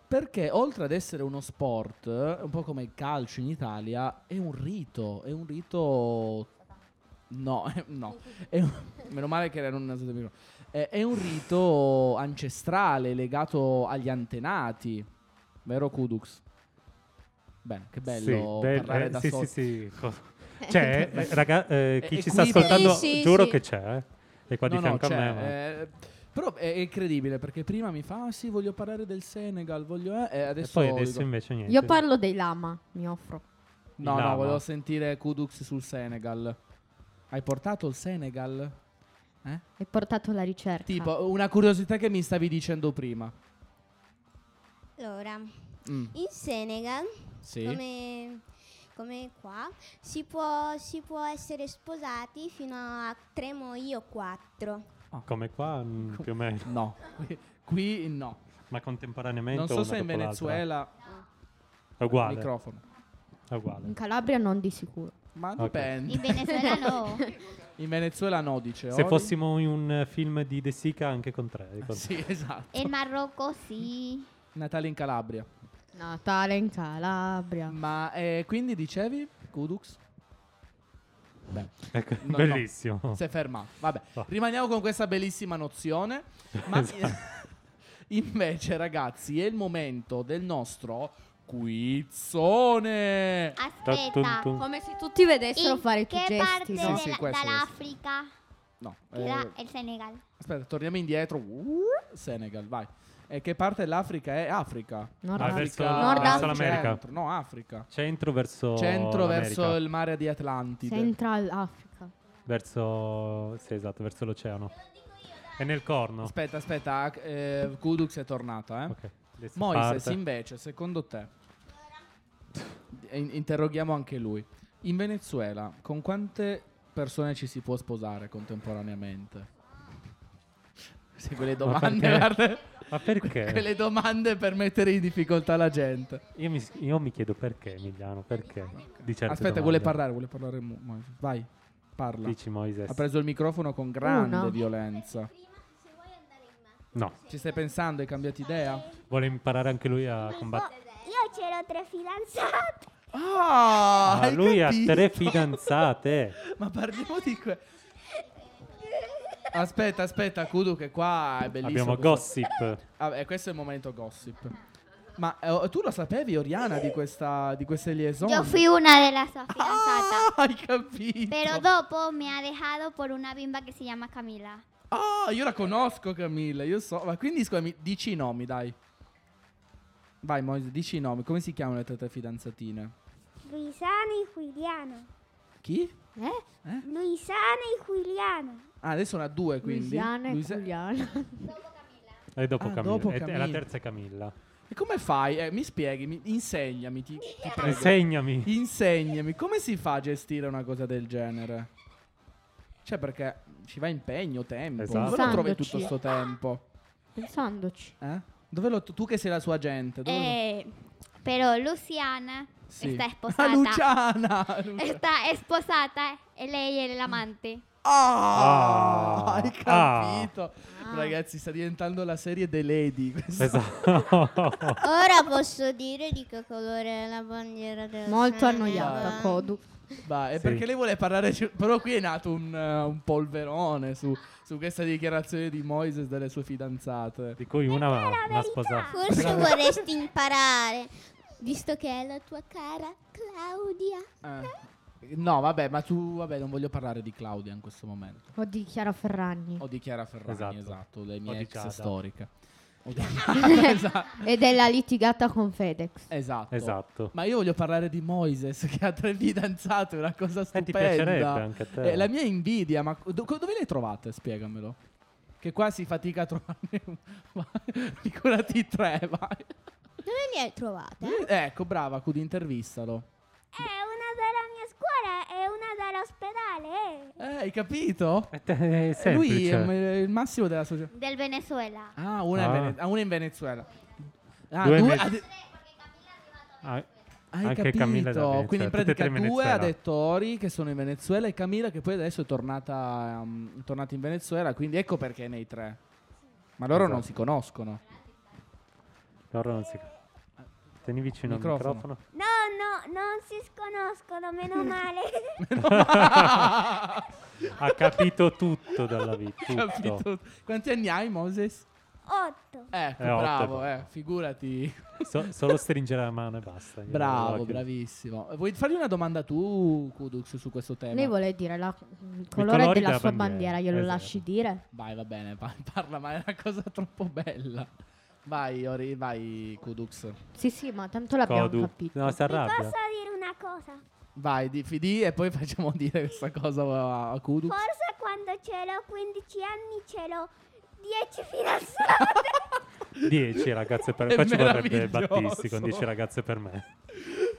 [SPEAKER 2] Perché oltre ad essere uno sport, un po' come il calcio in Italia, è un rito, è un rito... No, eh, no. È un- Meno male che era un... Eh, È un rito ancestrale legato agli antenati, vero Kudux? Bene, che bello
[SPEAKER 3] Sì, bel-
[SPEAKER 2] parlare
[SPEAKER 3] eh,
[SPEAKER 2] da
[SPEAKER 3] sì,
[SPEAKER 2] soli.
[SPEAKER 3] sì, sì, co- C'è, eh, raga- eh,
[SPEAKER 2] E-
[SPEAKER 3] chi
[SPEAKER 2] e
[SPEAKER 3] ci sta
[SPEAKER 2] qui-
[SPEAKER 3] ascoltando,
[SPEAKER 2] Sì, sì,
[SPEAKER 3] giuro
[SPEAKER 2] sì.
[SPEAKER 3] che c'è, eh. è qua di
[SPEAKER 2] No, no,
[SPEAKER 3] fianco a
[SPEAKER 2] c'è,
[SPEAKER 3] me. ma-
[SPEAKER 2] eh, però è è incredibile perché prima mi fa: "Ah, sì, voglio parlare del Senegal, voglio. eh", e adesso,
[SPEAKER 3] poi adesso
[SPEAKER 2] dico-
[SPEAKER 3] invece niente.
[SPEAKER 6] Io parlo dei lama, mi offro.
[SPEAKER 2] No,
[SPEAKER 3] Lama.
[SPEAKER 2] no, volevo sentire Kudux sul Senegal. Hai portato il Senegal? Eh?
[SPEAKER 6] Hai portato la ricerca.
[SPEAKER 2] Tipo, una curiosità che mi stavi dicendo prima.
[SPEAKER 7] Allora,
[SPEAKER 2] Mm.
[SPEAKER 7] in Senegal,
[SPEAKER 2] Sì.
[SPEAKER 7] come, come qua, si può, si può essere sposati fino a tre mogli o quattro.
[SPEAKER 3] Ah. Come qua, mh, più o meno.
[SPEAKER 2] No, qui, qui no.
[SPEAKER 3] Ma contemporaneamente
[SPEAKER 2] Non so
[SPEAKER 3] una
[SPEAKER 2] se in
[SPEAKER 3] dopo l'altra.
[SPEAKER 2] Venezuela.
[SPEAKER 3] È uguale.
[SPEAKER 2] Microfono.
[SPEAKER 3] È uguale.
[SPEAKER 6] In
[SPEAKER 2] Mm,
[SPEAKER 6] Calabria non di sicuro.
[SPEAKER 2] Ma
[SPEAKER 3] Ok.
[SPEAKER 2] dipende.
[SPEAKER 4] In Venezuela no.
[SPEAKER 2] In Venezuela no, dice.
[SPEAKER 3] Se
[SPEAKER 2] Oli.
[SPEAKER 3] fossimo in un eh, film di De Sica anche con tre. con-
[SPEAKER 2] Sì, esatto.
[SPEAKER 4] E in Marocco sì.
[SPEAKER 2] Natale in Calabria.
[SPEAKER 6] Natale in Calabria.
[SPEAKER 2] Ma eh, quindi dicevi, Kudux? Beh,
[SPEAKER 3] Ecco,
[SPEAKER 2] no, no.
[SPEAKER 3] bellissimo.
[SPEAKER 2] Si è fermato. Vabbè,
[SPEAKER 3] No.
[SPEAKER 2] rimaniamo con questa bellissima nozione. Ma
[SPEAKER 3] Esatto.
[SPEAKER 2] invece, ragazzi, è il momento del nostro quizzone.
[SPEAKER 4] Aspetta.
[SPEAKER 6] Come se tutti vedessero
[SPEAKER 4] In
[SPEAKER 6] fare i tuoi
[SPEAKER 4] che parte
[SPEAKER 6] gesti. no?
[SPEAKER 4] della-
[SPEAKER 2] Sì, sì, questo,
[SPEAKER 4] dall'Africa?
[SPEAKER 2] No,
[SPEAKER 4] Che
[SPEAKER 2] eh,
[SPEAKER 4] era il Senegal.
[SPEAKER 2] aspetta, torniamo indietro. Uh, Senegal, vai. E che parte dell'Africa è Africa?
[SPEAKER 6] Nord
[SPEAKER 3] Vai
[SPEAKER 6] Africa.
[SPEAKER 3] verso,
[SPEAKER 6] Nord
[SPEAKER 3] verso
[SPEAKER 6] Africa.
[SPEAKER 3] l'America.
[SPEAKER 2] Centro, no, Africa.
[SPEAKER 3] Centro verso
[SPEAKER 2] Centro verso
[SPEAKER 3] l'America.
[SPEAKER 2] il mare di Atlantide.
[SPEAKER 6] Central Africa.
[SPEAKER 3] Verso... Sì, esatto, verso l'oceano. È nel corno.
[SPEAKER 2] Aspetta, aspetta, eh, Kudux è tornata, eh.
[SPEAKER 3] Ok. Adesso
[SPEAKER 2] Moises
[SPEAKER 3] parte.
[SPEAKER 2] invece, secondo te, e in- interroghiamo anche lui, in Venezuela con quante persone ci si può sposare contemporaneamente? Se quelle
[SPEAKER 3] Ma
[SPEAKER 2] domande,
[SPEAKER 3] perché?
[SPEAKER 2] guarda,
[SPEAKER 3] Ma perché?
[SPEAKER 2] quelle domande per mettere in difficoltà la gente.
[SPEAKER 3] Io, mi, io mi chiedo perché, Emiliano, perché? Di certo certe
[SPEAKER 2] Aspetta,
[SPEAKER 3] domande.
[SPEAKER 2] vuole parlare, vuole parlare Mo- Moises. Vai, parla.
[SPEAKER 3] Dici Moises.
[SPEAKER 2] Ha preso il microfono con grande
[SPEAKER 6] Uno.
[SPEAKER 2] violenza.
[SPEAKER 3] No,
[SPEAKER 2] Ci stai pensando, hai cambiato idea?
[SPEAKER 3] vuole imparare anche lui a combattere.
[SPEAKER 7] Io c'ero tre fidanzati.
[SPEAKER 2] Ah,
[SPEAKER 3] Ma
[SPEAKER 2] hai
[SPEAKER 3] lui ha
[SPEAKER 2] capito?
[SPEAKER 3] tre fidanzate.
[SPEAKER 2] Ma parliamo di que... Aspetta, aspetta, Kudu che qua è bellissimo.
[SPEAKER 3] Abbiamo
[SPEAKER 2] questo.
[SPEAKER 3] gossip.
[SPEAKER 2] Vabbè, questo è il momento gossip. Ma eh, tu lo sapevi, Oriana, di, questa, di queste liaison?
[SPEAKER 4] Yo fui una de las fianzadas.
[SPEAKER 2] Ah, hai capito.
[SPEAKER 4] Pero Dopo me ha dejado por una bimba que se llama Camila.
[SPEAKER 2] Ah, io la conosco, Camilla, io so. Ma quindi, scusami, dici i nomi, dai. Vai, Moise, dici i nomi. Come si chiamano le tue tre fidanzatine?
[SPEAKER 7] Luisana e Giuliano.
[SPEAKER 2] Chi?
[SPEAKER 7] Luisana e Giuliano.
[SPEAKER 2] Ah, adesso ne ha due, quindi.
[SPEAKER 6] Louisiana e
[SPEAKER 2] Luisa-
[SPEAKER 6] Giuliano.
[SPEAKER 3] E dopo
[SPEAKER 2] Ah,
[SPEAKER 3] Camilla.
[SPEAKER 2] dopo
[SPEAKER 3] E- E la
[SPEAKER 2] Camilla.
[SPEAKER 3] terza è Camilla.
[SPEAKER 2] E come fai? Eh, mi spieghi, mi- insegnami, ti, ti prego.
[SPEAKER 3] Insegnami.
[SPEAKER 2] Insegnami, come si fa a gestire una cosa del genere? Cioè, perché ci va impegno, tempo.
[SPEAKER 3] Esatto.
[SPEAKER 2] Dove lo trovi tutto
[SPEAKER 6] Pensandoci.
[SPEAKER 2] sto tempo?
[SPEAKER 6] Pensandoci.
[SPEAKER 2] Eh? Dove lo- tu che sei la sua gente? Dove lo-
[SPEAKER 4] Eh, pero Luciana
[SPEAKER 2] Sì.
[SPEAKER 4] está
[SPEAKER 2] Ah,
[SPEAKER 4] esposada.
[SPEAKER 2] Luciana! Lu-
[SPEAKER 4] Está esposada, lei è l'amante.
[SPEAKER 2] Ah,
[SPEAKER 3] Ah.
[SPEAKER 2] hai capito. Ragazzi, sta diventando la serie The Lady. questa.
[SPEAKER 3] Esatto.
[SPEAKER 7] Ora posso dire di che colore è la bandiera
[SPEAKER 2] Eh,
[SPEAKER 7] del
[SPEAKER 6] Molto
[SPEAKER 7] Senegal.
[SPEAKER 6] annoiata, Kodu.
[SPEAKER 2] Vai, è
[SPEAKER 3] Sì.
[SPEAKER 2] perché lei vuole parlare. ci- Però qui è nato un, eh, un polverone su, su questa dichiarazione di Moises delle sue fidanzate.
[SPEAKER 3] Di cui una, una sposata.
[SPEAKER 7] Forse vorresti imparare, visto che è la tua cara Claudia.
[SPEAKER 2] Eh. No, vabbè, ma tu, vabbè, non voglio parlare di Claudia in questo momento.
[SPEAKER 6] O di Chiara Ferragni.
[SPEAKER 2] O di Chiara Ferragni,
[SPEAKER 3] Esatto.
[SPEAKER 2] esatto, le mie
[SPEAKER 3] di
[SPEAKER 2] ex
[SPEAKER 3] Giada.
[SPEAKER 2] storiche. O di- Esa-
[SPEAKER 6] E della litigata con Fedex.
[SPEAKER 2] esatto.
[SPEAKER 3] Esatto.
[SPEAKER 2] Ma io voglio parlare di Moises che ha tre fidanzate, una cosa
[SPEAKER 3] Eh, ti
[SPEAKER 2] stupenda.
[SPEAKER 3] piacerebbe anche a te.
[SPEAKER 2] Eh, la mia invidia, ma do- co- dove le trovate? Spiegamelo. Che qua si fatica a trovarne un- vai, Figurati tre, vai.
[SPEAKER 7] Dove li hai trovate?
[SPEAKER 2] Eh, Ecco, brava, Cudi, intervistalo.
[SPEAKER 7] È una dalla mia scuola e una dall'ospedale.
[SPEAKER 4] quale è?
[SPEAKER 2] Eh, hai capito?
[SPEAKER 3] è
[SPEAKER 2] Lui è
[SPEAKER 3] semplice.
[SPEAKER 2] il è il massimo della società.
[SPEAKER 4] Del Venezuela.
[SPEAKER 2] Ah, una,
[SPEAKER 3] Ah.
[SPEAKER 2] È, Vene- ah, una è in Venezuela. Ah,
[SPEAKER 3] Due
[SPEAKER 2] due,
[SPEAKER 3] mesi-
[SPEAKER 2] ha de-
[SPEAKER 3] Ah,
[SPEAKER 2] hai
[SPEAKER 3] anche
[SPEAKER 2] capito?
[SPEAKER 3] Camilla da Venezia,
[SPEAKER 2] Quindi in
[SPEAKER 3] eh, tutte e
[SPEAKER 2] pratica
[SPEAKER 3] tre in
[SPEAKER 2] due
[SPEAKER 3] Venezuela.
[SPEAKER 2] ha detto Ori che sono in Venezuela e Camilla che poi adesso è tornata, ehm, è tornata in Venezuela, quindi ecco perché è nei tre. Ma loro non
[SPEAKER 3] Esatto.
[SPEAKER 2] si conoscono.
[SPEAKER 3] Loro non si... Tieni vicino al
[SPEAKER 2] Microfono.
[SPEAKER 3] microfono.
[SPEAKER 4] No, no, non si sconoscono, meno male.
[SPEAKER 3] ha capito tutto dalla vita. tutto.
[SPEAKER 2] Capito? Quanti anni hai, Moses?
[SPEAKER 4] Otto.
[SPEAKER 2] Ecco,
[SPEAKER 3] Eh, otto,
[SPEAKER 2] bravo,
[SPEAKER 3] poi.
[SPEAKER 2] eh, figurati.
[SPEAKER 3] So- solo stringere la mano e basta. Io non
[SPEAKER 2] Bravo,
[SPEAKER 3] voglio-
[SPEAKER 2] bravissimo. Vuoi fargli una domanda tu, Kudux, su questo
[SPEAKER 3] Eh,
[SPEAKER 2] tema?
[SPEAKER 6] Lei vuole dire la-
[SPEAKER 3] colori
[SPEAKER 6] il colore della
[SPEAKER 3] della
[SPEAKER 6] sua
[SPEAKER 3] bandiera,
[SPEAKER 6] bandiera, glielo
[SPEAKER 3] esatto.
[SPEAKER 6] lasci dire?
[SPEAKER 2] Vai, va bene, pa- parla, ma è una cosa troppo bella. Vai, Ori, vai, Kudux.
[SPEAKER 6] Sì, sì, ma tanto l'abbiamo
[SPEAKER 3] Codu.
[SPEAKER 6] capito.
[SPEAKER 3] No, si arrabbia.
[SPEAKER 4] Posso dire una cosa?
[SPEAKER 2] Vai, di fidì e poi facciamo dire questa cosa a, a Kudux.
[SPEAKER 4] Forse quando ce l'ho 15 anni ce l'ho 10 fidanzate.
[SPEAKER 3] 10 ragazze per
[SPEAKER 2] È
[SPEAKER 3] me. Poi ci vorrebbe
[SPEAKER 2] meraviglioso.
[SPEAKER 3] Battisti con 10 ragazze per me.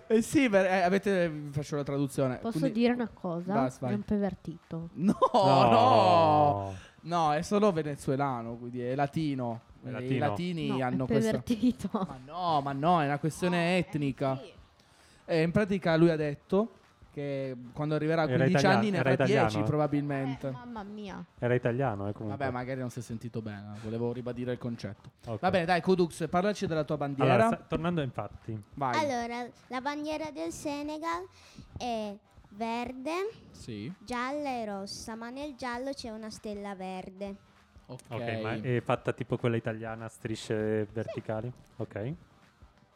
[SPEAKER 2] Eh sì, per- eh, avete, vi faccio la traduzione.
[SPEAKER 6] Posso
[SPEAKER 2] quindi-
[SPEAKER 6] dire una cosa?
[SPEAKER 2] Vas, vai.
[SPEAKER 6] è un pervertito.
[SPEAKER 2] No, no, no, è solo venezuelano, quindi è latino. Eh,
[SPEAKER 3] È
[SPEAKER 2] I
[SPEAKER 3] latino.
[SPEAKER 2] latini
[SPEAKER 6] No,
[SPEAKER 2] hanno
[SPEAKER 6] è
[SPEAKER 2] questo.
[SPEAKER 6] pervertito.
[SPEAKER 2] Ma no, ma no, è una questione etnica. Eh, in pratica lui ha detto che quando arriverà a
[SPEAKER 3] Era
[SPEAKER 2] 15
[SPEAKER 3] italiano-
[SPEAKER 2] anni ne
[SPEAKER 3] era
[SPEAKER 2] avrà 10
[SPEAKER 3] italiano?
[SPEAKER 2] probabilmente.
[SPEAKER 6] Eh, mamma mia.
[SPEAKER 3] Era italiano, eh, comunque.
[SPEAKER 2] Vabbè, magari non si è sentito bene, volevo ribadire il concetto.
[SPEAKER 3] Ok.
[SPEAKER 2] Va bene, dai, Kudux, parlaci della tua bandiera.
[SPEAKER 3] Allora, sa- tornando infatti,
[SPEAKER 2] Vai.
[SPEAKER 7] Allora, la bandiera del Senegal è verde,
[SPEAKER 2] Sì,
[SPEAKER 7] gialla e rossa, ma nel giallo c'è una stella verde.
[SPEAKER 2] ok.
[SPEAKER 3] ok, ma è fatta tipo quella italiana a strisce verticali? Ok.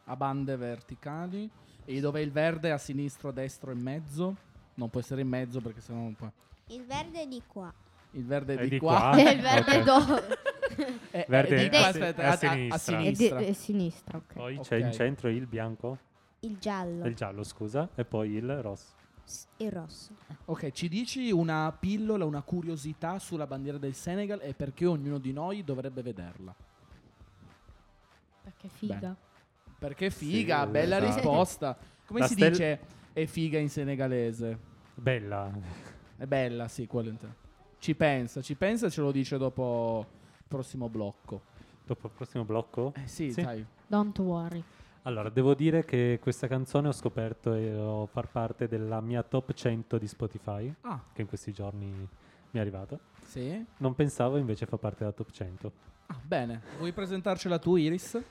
[SPEAKER 2] A bande verticali. E dove il verde è a sinistra, a destra, in mezzo. Non può essere in mezzo perché sennò non può.
[SPEAKER 7] Il verde è di qua.
[SPEAKER 2] Il verde è
[SPEAKER 3] È
[SPEAKER 2] di,
[SPEAKER 3] di
[SPEAKER 2] qua.
[SPEAKER 3] qua.
[SPEAKER 6] E il verde
[SPEAKER 3] ok.
[SPEAKER 6] dove?
[SPEAKER 2] Eh, eh,
[SPEAKER 3] Verde
[SPEAKER 2] di
[SPEAKER 3] è
[SPEAKER 2] qua,
[SPEAKER 3] a-
[SPEAKER 2] aspetta,
[SPEAKER 3] è a
[SPEAKER 2] a,
[SPEAKER 3] sinistra.
[SPEAKER 6] È, di-
[SPEAKER 2] sinistra.
[SPEAKER 6] è sinistra, ok.
[SPEAKER 3] Poi c'è
[SPEAKER 2] Ok.
[SPEAKER 3] in centro il bianco,
[SPEAKER 7] Il giallo.
[SPEAKER 3] il giallo, scusa, e poi il rosso.
[SPEAKER 7] S- Il rosso.
[SPEAKER 2] Ok, ci dici una pillola, una curiosità sulla bandiera del Senegal e perché ognuno di noi dovrebbe vederla.
[SPEAKER 6] Perché figa.
[SPEAKER 2] Perché figa,
[SPEAKER 3] Sì,
[SPEAKER 2] bella
[SPEAKER 3] esatto.
[SPEAKER 2] risposta. Come
[SPEAKER 3] La
[SPEAKER 2] si
[SPEAKER 3] stella-
[SPEAKER 2] dice è figa in senegalese?
[SPEAKER 3] Bella.
[SPEAKER 2] È bella, sì, quello intendo. Ci pensa, ci pensa e ce lo dice dopo il prossimo blocco.
[SPEAKER 3] Dopo il prossimo blocco?
[SPEAKER 2] Eh sì,
[SPEAKER 3] Sì.
[SPEAKER 2] sai.
[SPEAKER 6] Don't worry.
[SPEAKER 3] Allora, devo dire che questa canzone ho scoperto e ho far parte della mia top 100 di Spotify,
[SPEAKER 2] Ah,
[SPEAKER 3] che in questi giorni mi è arrivata.
[SPEAKER 2] sì.
[SPEAKER 3] Non pensavo invece fa parte della top 100.
[SPEAKER 2] Ah, bene. Vuoi presentarcela tu, Iris?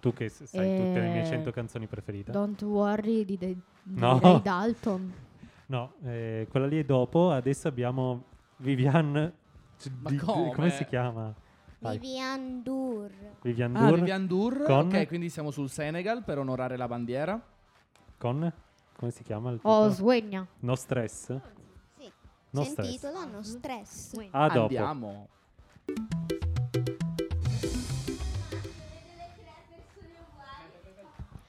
[SPEAKER 3] Tu che s- sai tutte le mie
[SPEAKER 6] Eh,
[SPEAKER 3] 100 canzoni preferite.
[SPEAKER 6] Don't worry di, dei- di
[SPEAKER 3] No.
[SPEAKER 6] Ray Dalton.
[SPEAKER 3] no, eh, quella lì è dopo. Adesso abbiamo Vivian... c-
[SPEAKER 2] Ma
[SPEAKER 3] di- di-
[SPEAKER 2] come?
[SPEAKER 3] come si chiama? Vai.
[SPEAKER 7] Vivian Dur.
[SPEAKER 3] Vivian
[SPEAKER 2] Ah,
[SPEAKER 3] Dur
[SPEAKER 2] Vivian Dur.
[SPEAKER 3] con-
[SPEAKER 2] Ok, quindi siamo sul Senegal per onorare la bandiera.
[SPEAKER 3] con... Come si chiama? Il
[SPEAKER 6] Oh,
[SPEAKER 3] titolo?
[SPEAKER 6] sogna.
[SPEAKER 3] no Stress?
[SPEAKER 7] Sì.
[SPEAKER 3] No
[SPEAKER 7] C'è il
[SPEAKER 3] Stress.
[SPEAKER 7] titolo, no stress.
[SPEAKER 3] Ah, dopo.
[SPEAKER 2] Andiamo.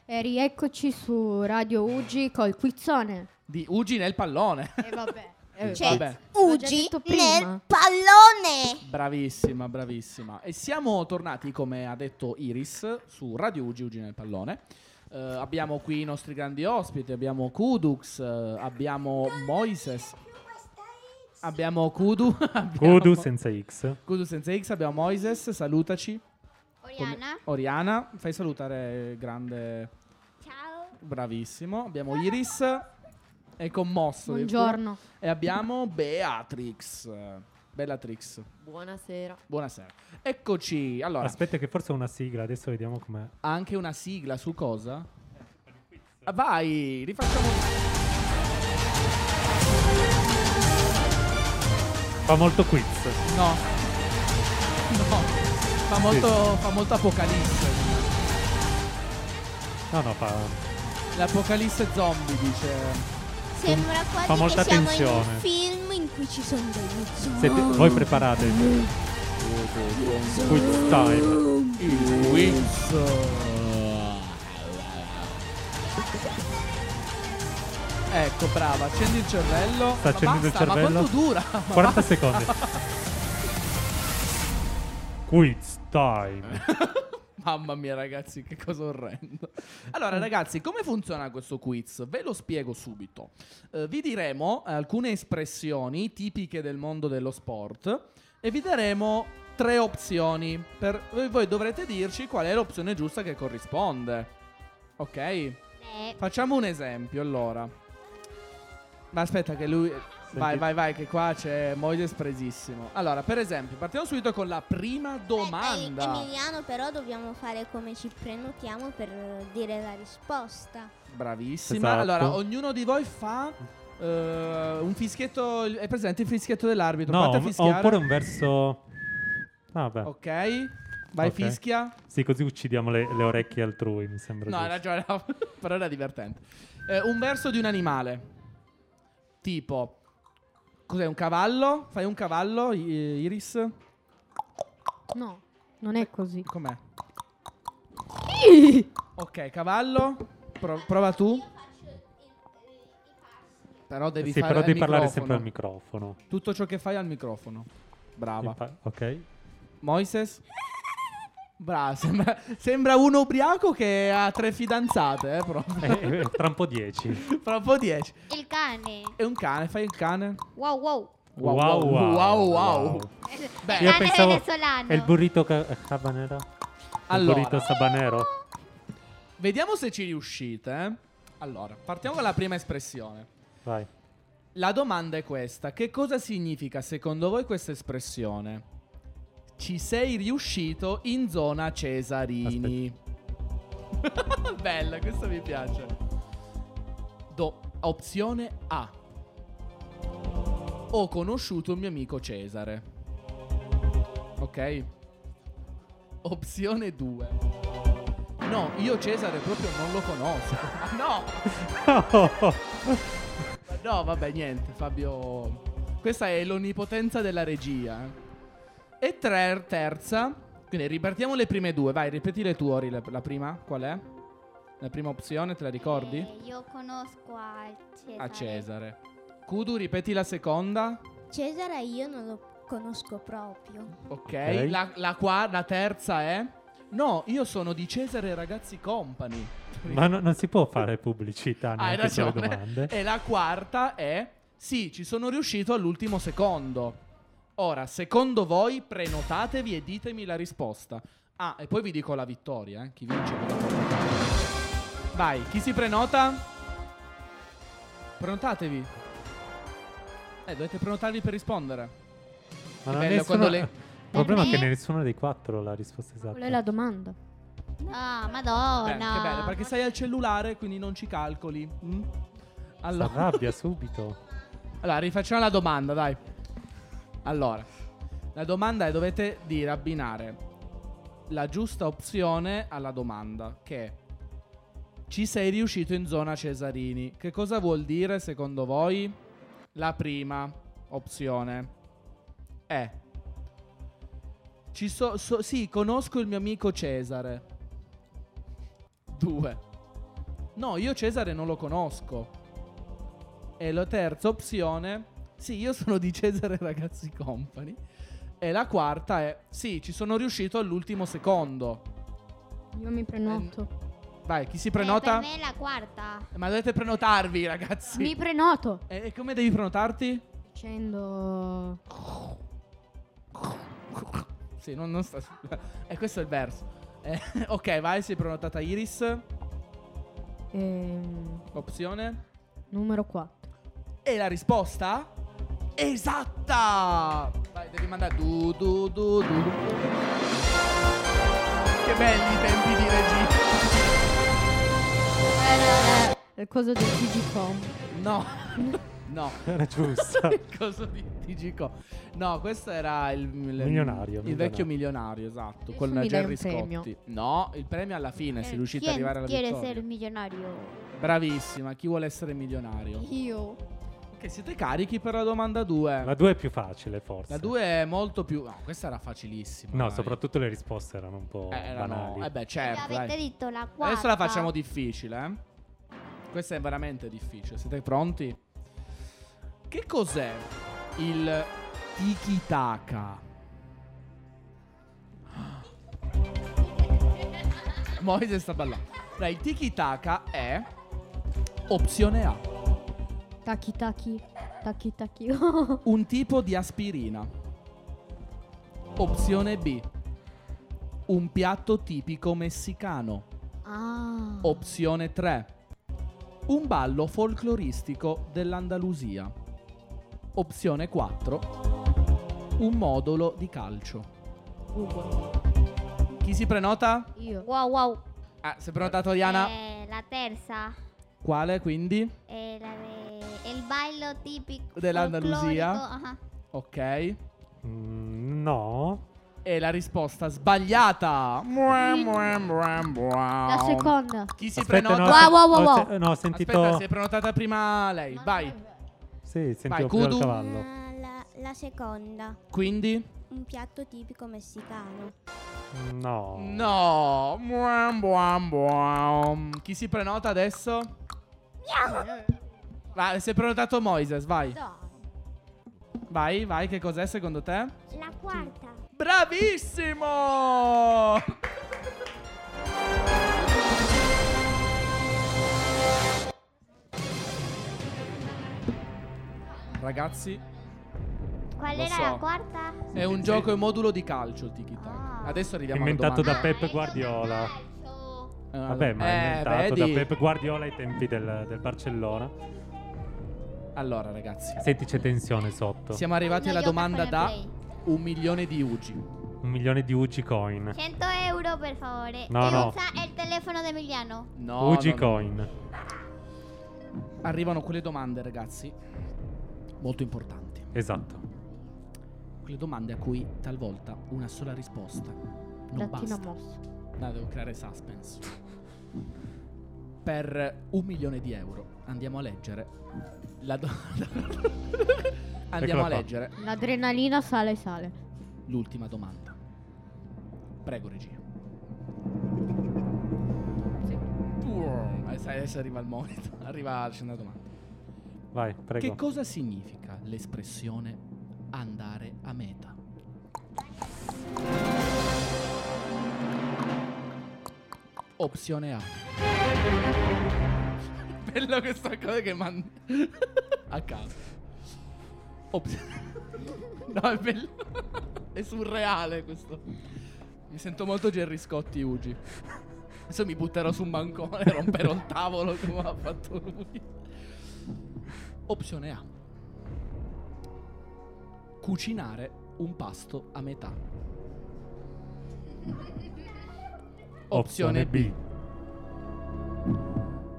[SPEAKER 6] E Eh, rieccoci su Radio Ugi col quizzone.
[SPEAKER 2] Di Ugi nel pallone.
[SPEAKER 6] E vabbè.
[SPEAKER 7] Cioè,
[SPEAKER 2] Eh, Vabbè.
[SPEAKER 7] Ugi
[SPEAKER 6] detto prima.
[SPEAKER 7] nel pallone.
[SPEAKER 2] Bravissima, bravissima. E siamo tornati, come ha detto Iris, su Radio Ugi Ugi nel pallone. Eh, abbiamo qui i nostri grandi ospiti, abbiamo Kudux, eh, abbiamo Moises, abbiamo Kudu, abbiamo-
[SPEAKER 3] Kudu senza X.
[SPEAKER 2] Kudu senza X, abbiamo Moises, salutaci. Come-
[SPEAKER 4] Oriana,
[SPEAKER 2] Oriana, fai salutare eh, grande,
[SPEAKER 4] ciao.
[SPEAKER 2] bravissimo. Abbiamo Iris, è commosso.
[SPEAKER 6] Buongiorno.
[SPEAKER 2] E abbiamo Beatrix. Bellatrix,
[SPEAKER 11] Buonasera.
[SPEAKER 2] buonasera. Eccoci, allora...
[SPEAKER 3] Aspetta che forse ho una sigla, adesso vediamo com'è.
[SPEAKER 2] Ha anche una sigla su cosa?
[SPEAKER 3] Eh,
[SPEAKER 2] Ah, Vai, rifacciamo.
[SPEAKER 3] Fa molto quiz.
[SPEAKER 2] No. No. Fa molto, fa molto apocalisse.
[SPEAKER 3] No, no, fa,
[SPEAKER 2] L'apocalisse zombie dice.
[SPEAKER 7] Sembra quasi
[SPEAKER 3] Fa molta
[SPEAKER 7] che siamo in
[SPEAKER 3] tensione.
[SPEAKER 7] un film in cui ci sono degli zombie.
[SPEAKER 3] Siete- voi
[SPEAKER 6] Oh. Mm.
[SPEAKER 3] preparatevi. Quiz time.
[SPEAKER 2] Il quiz. Ecco, brava, accendi il cervello. Ma
[SPEAKER 3] Sta accendendo il
[SPEAKER 2] basta,
[SPEAKER 3] cervello.
[SPEAKER 2] Ma quanto dura? Ma
[SPEAKER 3] 40
[SPEAKER 2] Eh,
[SPEAKER 3] secondi. Quiz time.
[SPEAKER 2] Mamma mia, ragazzi, che cosa orrendo. Allora, ragazzi, come funziona questo quiz? Ve lo spiego subito. Eh, vi diremo alcune espressioni tipiche del mondo dello sport e vi daremo tre opzioni. Per- eh, voi dovrete dirci qual è l'opzione giusta che corrisponde. Ok?
[SPEAKER 4] Eh,
[SPEAKER 2] Facciamo un esempio, allora. Ma aspetta che lui... Vai, vai, vai, che qua c'è Moides presissimo. Allora, per esempio, partiamo subito con la prima domanda.
[SPEAKER 7] Eh, Emiliano, però dobbiamo fare come ci prenotiamo per eh, dire la risposta.
[SPEAKER 2] Bravissima.
[SPEAKER 3] Esatto.
[SPEAKER 2] Allora, ognuno di voi fa eh, un fischietto. È presente il fischietto dell'arbitro?
[SPEAKER 3] No,
[SPEAKER 2] Provate a
[SPEAKER 3] ho- ho
[SPEAKER 2] fischiare.
[SPEAKER 3] pure un verso... Ah, Vabbè,
[SPEAKER 2] Ok. Vai,
[SPEAKER 3] Ok.
[SPEAKER 2] fischia.
[SPEAKER 3] sì, così uccidiamo le, le orecchie altrui, mi sembra.
[SPEAKER 2] No, hai
[SPEAKER 3] giusto.
[SPEAKER 2] ragione. no, però era divertente. Eh, un verso di un animale. Tipo. Cos'è un cavallo? Fai un cavallo, I- Iris?
[SPEAKER 6] No, non è così.
[SPEAKER 2] Com'è? Ok, cavallo. Pro- prova tu. Però devi
[SPEAKER 3] sì,
[SPEAKER 2] fare
[SPEAKER 3] però
[SPEAKER 2] al
[SPEAKER 3] devi parlare
[SPEAKER 2] microfono. Ah,
[SPEAKER 3] sempre al microfono.
[SPEAKER 2] Tutto ciò che fai al microfono. Brava.
[SPEAKER 3] Impa- ok.
[SPEAKER 2] Moises? Bravo, sembra, sembra uno ubriaco che ha tre fidanzate, eh, proprio.
[SPEAKER 3] Eh, eh, tra un po' 10.
[SPEAKER 2] Proprio 10.
[SPEAKER 4] il cane.
[SPEAKER 2] E un cane, fai il cane?
[SPEAKER 4] Wow, wow.
[SPEAKER 3] Wow wow,
[SPEAKER 2] wow, wow.
[SPEAKER 4] Il
[SPEAKER 2] Beh,
[SPEAKER 4] cane
[SPEAKER 3] È il
[SPEAKER 4] venezuelano.
[SPEAKER 3] burrito ca- habanero?
[SPEAKER 2] Allora.
[SPEAKER 3] Il burrito sabanero?
[SPEAKER 2] vediamo se ci riuscite. eh. Allora, partiamo dalla prima espressione.
[SPEAKER 3] Vai.
[SPEAKER 2] La domanda è questa: che cosa significa secondo voi questa espressione? Ci sei riuscito in zona Cesarini. Bella, questa mi piace. Do- opzione A. Ho conosciuto il mio amico Cesare. Ok? Opzione 2. No, io Cesare proprio non lo conosco. Ma no! Ma No, vabbè, niente, Fabio. Questa è l'onnipotenza della regia. E tre, terza. Quindi ripartiamo le prime due. Vai, ripetile tu, Ori, la, la prima. Qual è? La prima opzione, te la ricordi?
[SPEAKER 4] Eh, io conosco a Cesare.
[SPEAKER 2] A Cesare. Kudu, ripeti la seconda.
[SPEAKER 7] Cesare io non lo conosco proprio.
[SPEAKER 2] Ok. La, la qua- la terza è... No, io sono di Cesare Ragazzi Company.
[SPEAKER 3] Ma no- non si può fare pubblicità
[SPEAKER 2] Hai
[SPEAKER 3] neanche sulle
[SPEAKER 2] ragione.
[SPEAKER 3] domande.
[SPEAKER 2] E la quarta è: Sì, ci sono riuscito all'ultimo secondo. Ora, secondo voi, prenotatevi e ditemi la risposta. Ah, e poi vi dico la vittoria, eh, chi vince. Vai, chi si prenota? Prenotatevi. Eh, dovete prenotarvi per rispondere.
[SPEAKER 3] Ma non
[SPEAKER 2] Bello,
[SPEAKER 3] nessuno-
[SPEAKER 2] quando le-
[SPEAKER 3] Il problema è che
[SPEAKER 4] Per me-
[SPEAKER 3] nessuno dei quattro ha la risposta esatta.
[SPEAKER 6] Qual è la domanda?
[SPEAKER 4] Ah,
[SPEAKER 2] Eh,
[SPEAKER 4] madonna.
[SPEAKER 2] Che bello, perché sei al cellulare, quindi non ci calcoli. mm?
[SPEAKER 3] Si
[SPEAKER 2] Allora,
[SPEAKER 3] arrabbia subito.
[SPEAKER 2] Allora, rifacciamo la domanda, dai. Allora, la domanda è dovete dire, abbinare la giusta opzione alla domanda, che è, ci sei riuscito in zona Cesarini. Che cosa vuol dire secondo voi? La prima opzione è ci so- so- sì, conosco il mio amico Cesare. Due. No, io Cesare non lo conosco. E la terza opzione, sì, io sono di Cesare Ragazzi Company. E la quarta è, sì, ci sono riuscito all'ultimo secondo.
[SPEAKER 6] Io mi prenoto.
[SPEAKER 2] Vai, chi si
[SPEAKER 4] Eh,
[SPEAKER 2] prenota?
[SPEAKER 4] per me è la quarta.
[SPEAKER 2] Ma dovete prenotarvi, ragazzi.
[SPEAKER 6] Mi prenoto.
[SPEAKER 2] E e come devi prenotarti?
[SPEAKER 6] Dicendo...
[SPEAKER 2] Sì, non, non sta. E questo è il verso. Eh, ok, vai, si è prenotata Iris.
[SPEAKER 6] ehm,
[SPEAKER 2] Opzione.
[SPEAKER 6] numero 4.
[SPEAKER 2] E la risposta? Esatta! Vai, devi mandare du du du du. Che belli i tempi di regia.
[SPEAKER 6] Il coso del TG.com.
[SPEAKER 2] No. No,
[SPEAKER 3] Era giusta.
[SPEAKER 2] cosa di TGCO? No, questo era il, il-
[SPEAKER 3] Milionario,
[SPEAKER 2] il vecchio milionario, esatto, con
[SPEAKER 6] mi dai
[SPEAKER 2] Jerry
[SPEAKER 6] un premio.
[SPEAKER 2] Scotti. No, il premio alla fine, si è riusciti ad
[SPEAKER 4] Chi
[SPEAKER 2] arrivare alla
[SPEAKER 4] quiere
[SPEAKER 2] vittoria.
[SPEAKER 4] ser millonario?
[SPEAKER 2] Bravissima, chi vuole essere milionario?
[SPEAKER 6] Io.
[SPEAKER 2] Ok, siete carichi per la domanda 2.
[SPEAKER 3] La 2 è più facile, forse.
[SPEAKER 2] La 2 è molto più. No, questa era facilissima.
[SPEAKER 3] No,
[SPEAKER 2] dai.
[SPEAKER 3] soprattutto le risposte erano un po'
[SPEAKER 2] Eh, erano-
[SPEAKER 3] banali.
[SPEAKER 2] eh beh,
[SPEAKER 4] Io
[SPEAKER 2] certo.
[SPEAKER 4] avete
[SPEAKER 2] dai.
[SPEAKER 4] detto la quarta.
[SPEAKER 2] Adesso la facciamo difficile. Eh? Questa è veramente difficile. Siete pronti? Che cos'è il tiki-taka? Moise sta ballando. Dai, il tiki taka è opzione A.
[SPEAKER 6] Tacchi tacchi. Tacchi tacchi.
[SPEAKER 2] Un tipo di aspirina. Opzione B. Un piatto tipico messicano.
[SPEAKER 6] ah.
[SPEAKER 2] Opzione 3. Un ballo folcloristico dell'Andalusia. Opzione 4. Un modulo di calcio. Chi si prenota?
[SPEAKER 6] Io.
[SPEAKER 4] Wow, wow.
[SPEAKER 2] Ah, si è prenotato Diana.
[SPEAKER 4] Eh, la terza
[SPEAKER 2] Quale quindi?
[SPEAKER 4] è la de- il bailo tipico
[SPEAKER 2] Dell'Andalusia.
[SPEAKER 4] folclorico, ah.
[SPEAKER 2] Ok. E
[SPEAKER 3] Mm, no.
[SPEAKER 2] la risposta sbagliata. La
[SPEAKER 6] La seconda.
[SPEAKER 2] Chi si
[SPEAKER 3] Aspetta,
[SPEAKER 2] prenota?
[SPEAKER 3] no,
[SPEAKER 6] Wow, wow, wow,
[SPEAKER 3] ho
[SPEAKER 6] wow.
[SPEAKER 3] se- no, ho sentito...
[SPEAKER 2] Aspetta, si è prenotata prima lei. Vai.
[SPEAKER 3] Sì,
[SPEAKER 2] Vai,
[SPEAKER 3] sentivo più il
[SPEAKER 2] Kudu.
[SPEAKER 3] cavallo.
[SPEAKER 7] Ah, la, la seconda,
[SPEAKER 2] Quindi?
[SPEAKER 7] un piatto tipico messicano.
[SPEAKER 3] No.
[SPEAKER 2] Mm, No. Muam, muam, muam. Chi si prenota adesso? Va, si è prenotato Moises, vai. Vai, vai, che cos'è secondo te?
[SPEAKER 4] La quarta.
[SPEAKER 2] Bravissimo! Ragazzi,
[SPEAKER 4] Qual
[SPEAKER 2] Lo
[SPEAKER 4] era
[SPEAKER 2] so.
[SPEAKER 4] la quarta?
[SPEAKER 2] è un gioco in modulo di calcio il tiki
[SPEAKER 4] Ah.
[SPEAKER 2] taka. Adesso arriviamo alla
[SPEAKER 3] Inventato da
[SPEAKER 2] domanda.
[SPEAKER 3] Pep Guardiola.
[SPEAKER 2] Eh,
[SPEAKER 3] Vabbè, ma
[SPEAKER 2] eh,
[SPEAKER 3] è inventato
[SPEAKER 2] vedi?
[SPEAKER 3] da Pep Guardiola ai tempi del, del Barcellona.
[SPEAKER 2] Allora, ragazzi,
[SPEAKER 3] Senti, c'è tensione sotto.
[SPEAKER 2] siamo arrivati
[SPEAKER 4] No,
[SPEAKER 2] alla
[SPEAKER 4] io
[SPEAKER 2] domanda
[SPEAKER 4] per
[SPEAKER 2] da
[SPEAKER 4] fare play.
[SPEAKER 2] un milione di UGI.
[SPEAKER 3] Un milione di UG coin.
[SPEAKER 4] 100 euro per favore.
[SPEAKER 3] No,
[SPEAKER 4] e
[SPEAKER 3] no.
[SPEAKER 4] usa il telefono di Emiliano.
[SPEAKER 2] No,
[SPEAKER 3] UG
[SPEAKER 2] no, no.
[SPEAKER 3] coin.
[SPEAKER 2] Arrivano quelle domande, ragazzi, molto importanti.
[SPEAKER 3] Esatto.
[SPEAKER 2] Quelle domande a cui talvolta una sola risposta non
[SPEAKER 6] Dattino
[SPEAKER 2] basta.
[SPEAKER 6] mosso.
[SPEAKER 2] No, devo creare suspense. Per un milione di euro andiamo a leggere la domanda. andiamo
[SPEAKER 3] Eccola
[SPEAKER 2] a
[SPEAKER 3] qua.
[SPEAKER 2] leggere
[SPEAKER 6] L'adrenalina sale e sale.
[SPEAKER 2] l'ultima domanda. Prego, regia. Boom. Adesso Eh, adesso arriva il monitor, arriva la seconda domanda.
[SPEAKER 3] Vai,
[SPEAKER 2] Che
[SPEAKER 3] prego.
[SPEAKER 2] cosa significa l'espressione andare a meta? Opzione A. Bello questa cosa che mandi a caso. Ops- no, è bello. è surreale questo. Mi sento molto Gerry Scotti Ugi. Adesso mi butterò su un bancone e romperò il tavolo come ha fatto lui. Opzione A. Cucinare un pasto a metà. Opzione B.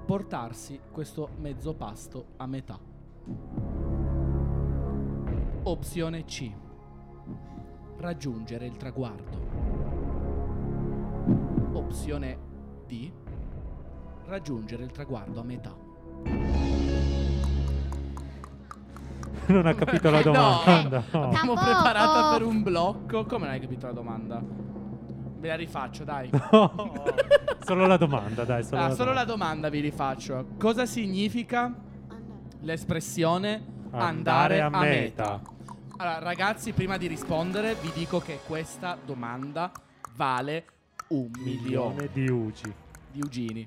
[SPEAKER 2] Portarsi questo mezzo pasto a metà. Opzione C. Raggiungere il traguardo. Opzione D. Raggiungere il traguardo a metà.
[SPEAKER 3] non ha capito la domanda. No.
[SPEAKER 4] Tam-
[SPEAKER 2] Siamo
[SPEAKER 4] Poco.
[SPEAKER 2] preparata per un blocco. Come non hai capito la domanda? Ve la rifaccio, dai.
[SPEAKER 3] Solo la domanda, dai. Solo
[SPEAKER 2] Ah,
[SPEAKER 3] la
[SPEAKER 2] Oh. solo la
[SPEAKER 3] domanda.
[SPEAKER 2] domanda vi rifaccio. Cosa significa l'espressione andare,
[SPEAKER 3] Andare a
[SPEAKER 2] a meta?
[SPEAKER 3] meta.
[SPEAKER 2] Allora, ragazzi, prima di rispondere, vi dico che questa domanda vale un milione
[SPEAKER 3] Milione di UG.
[SPEAKER 2] di Ugini.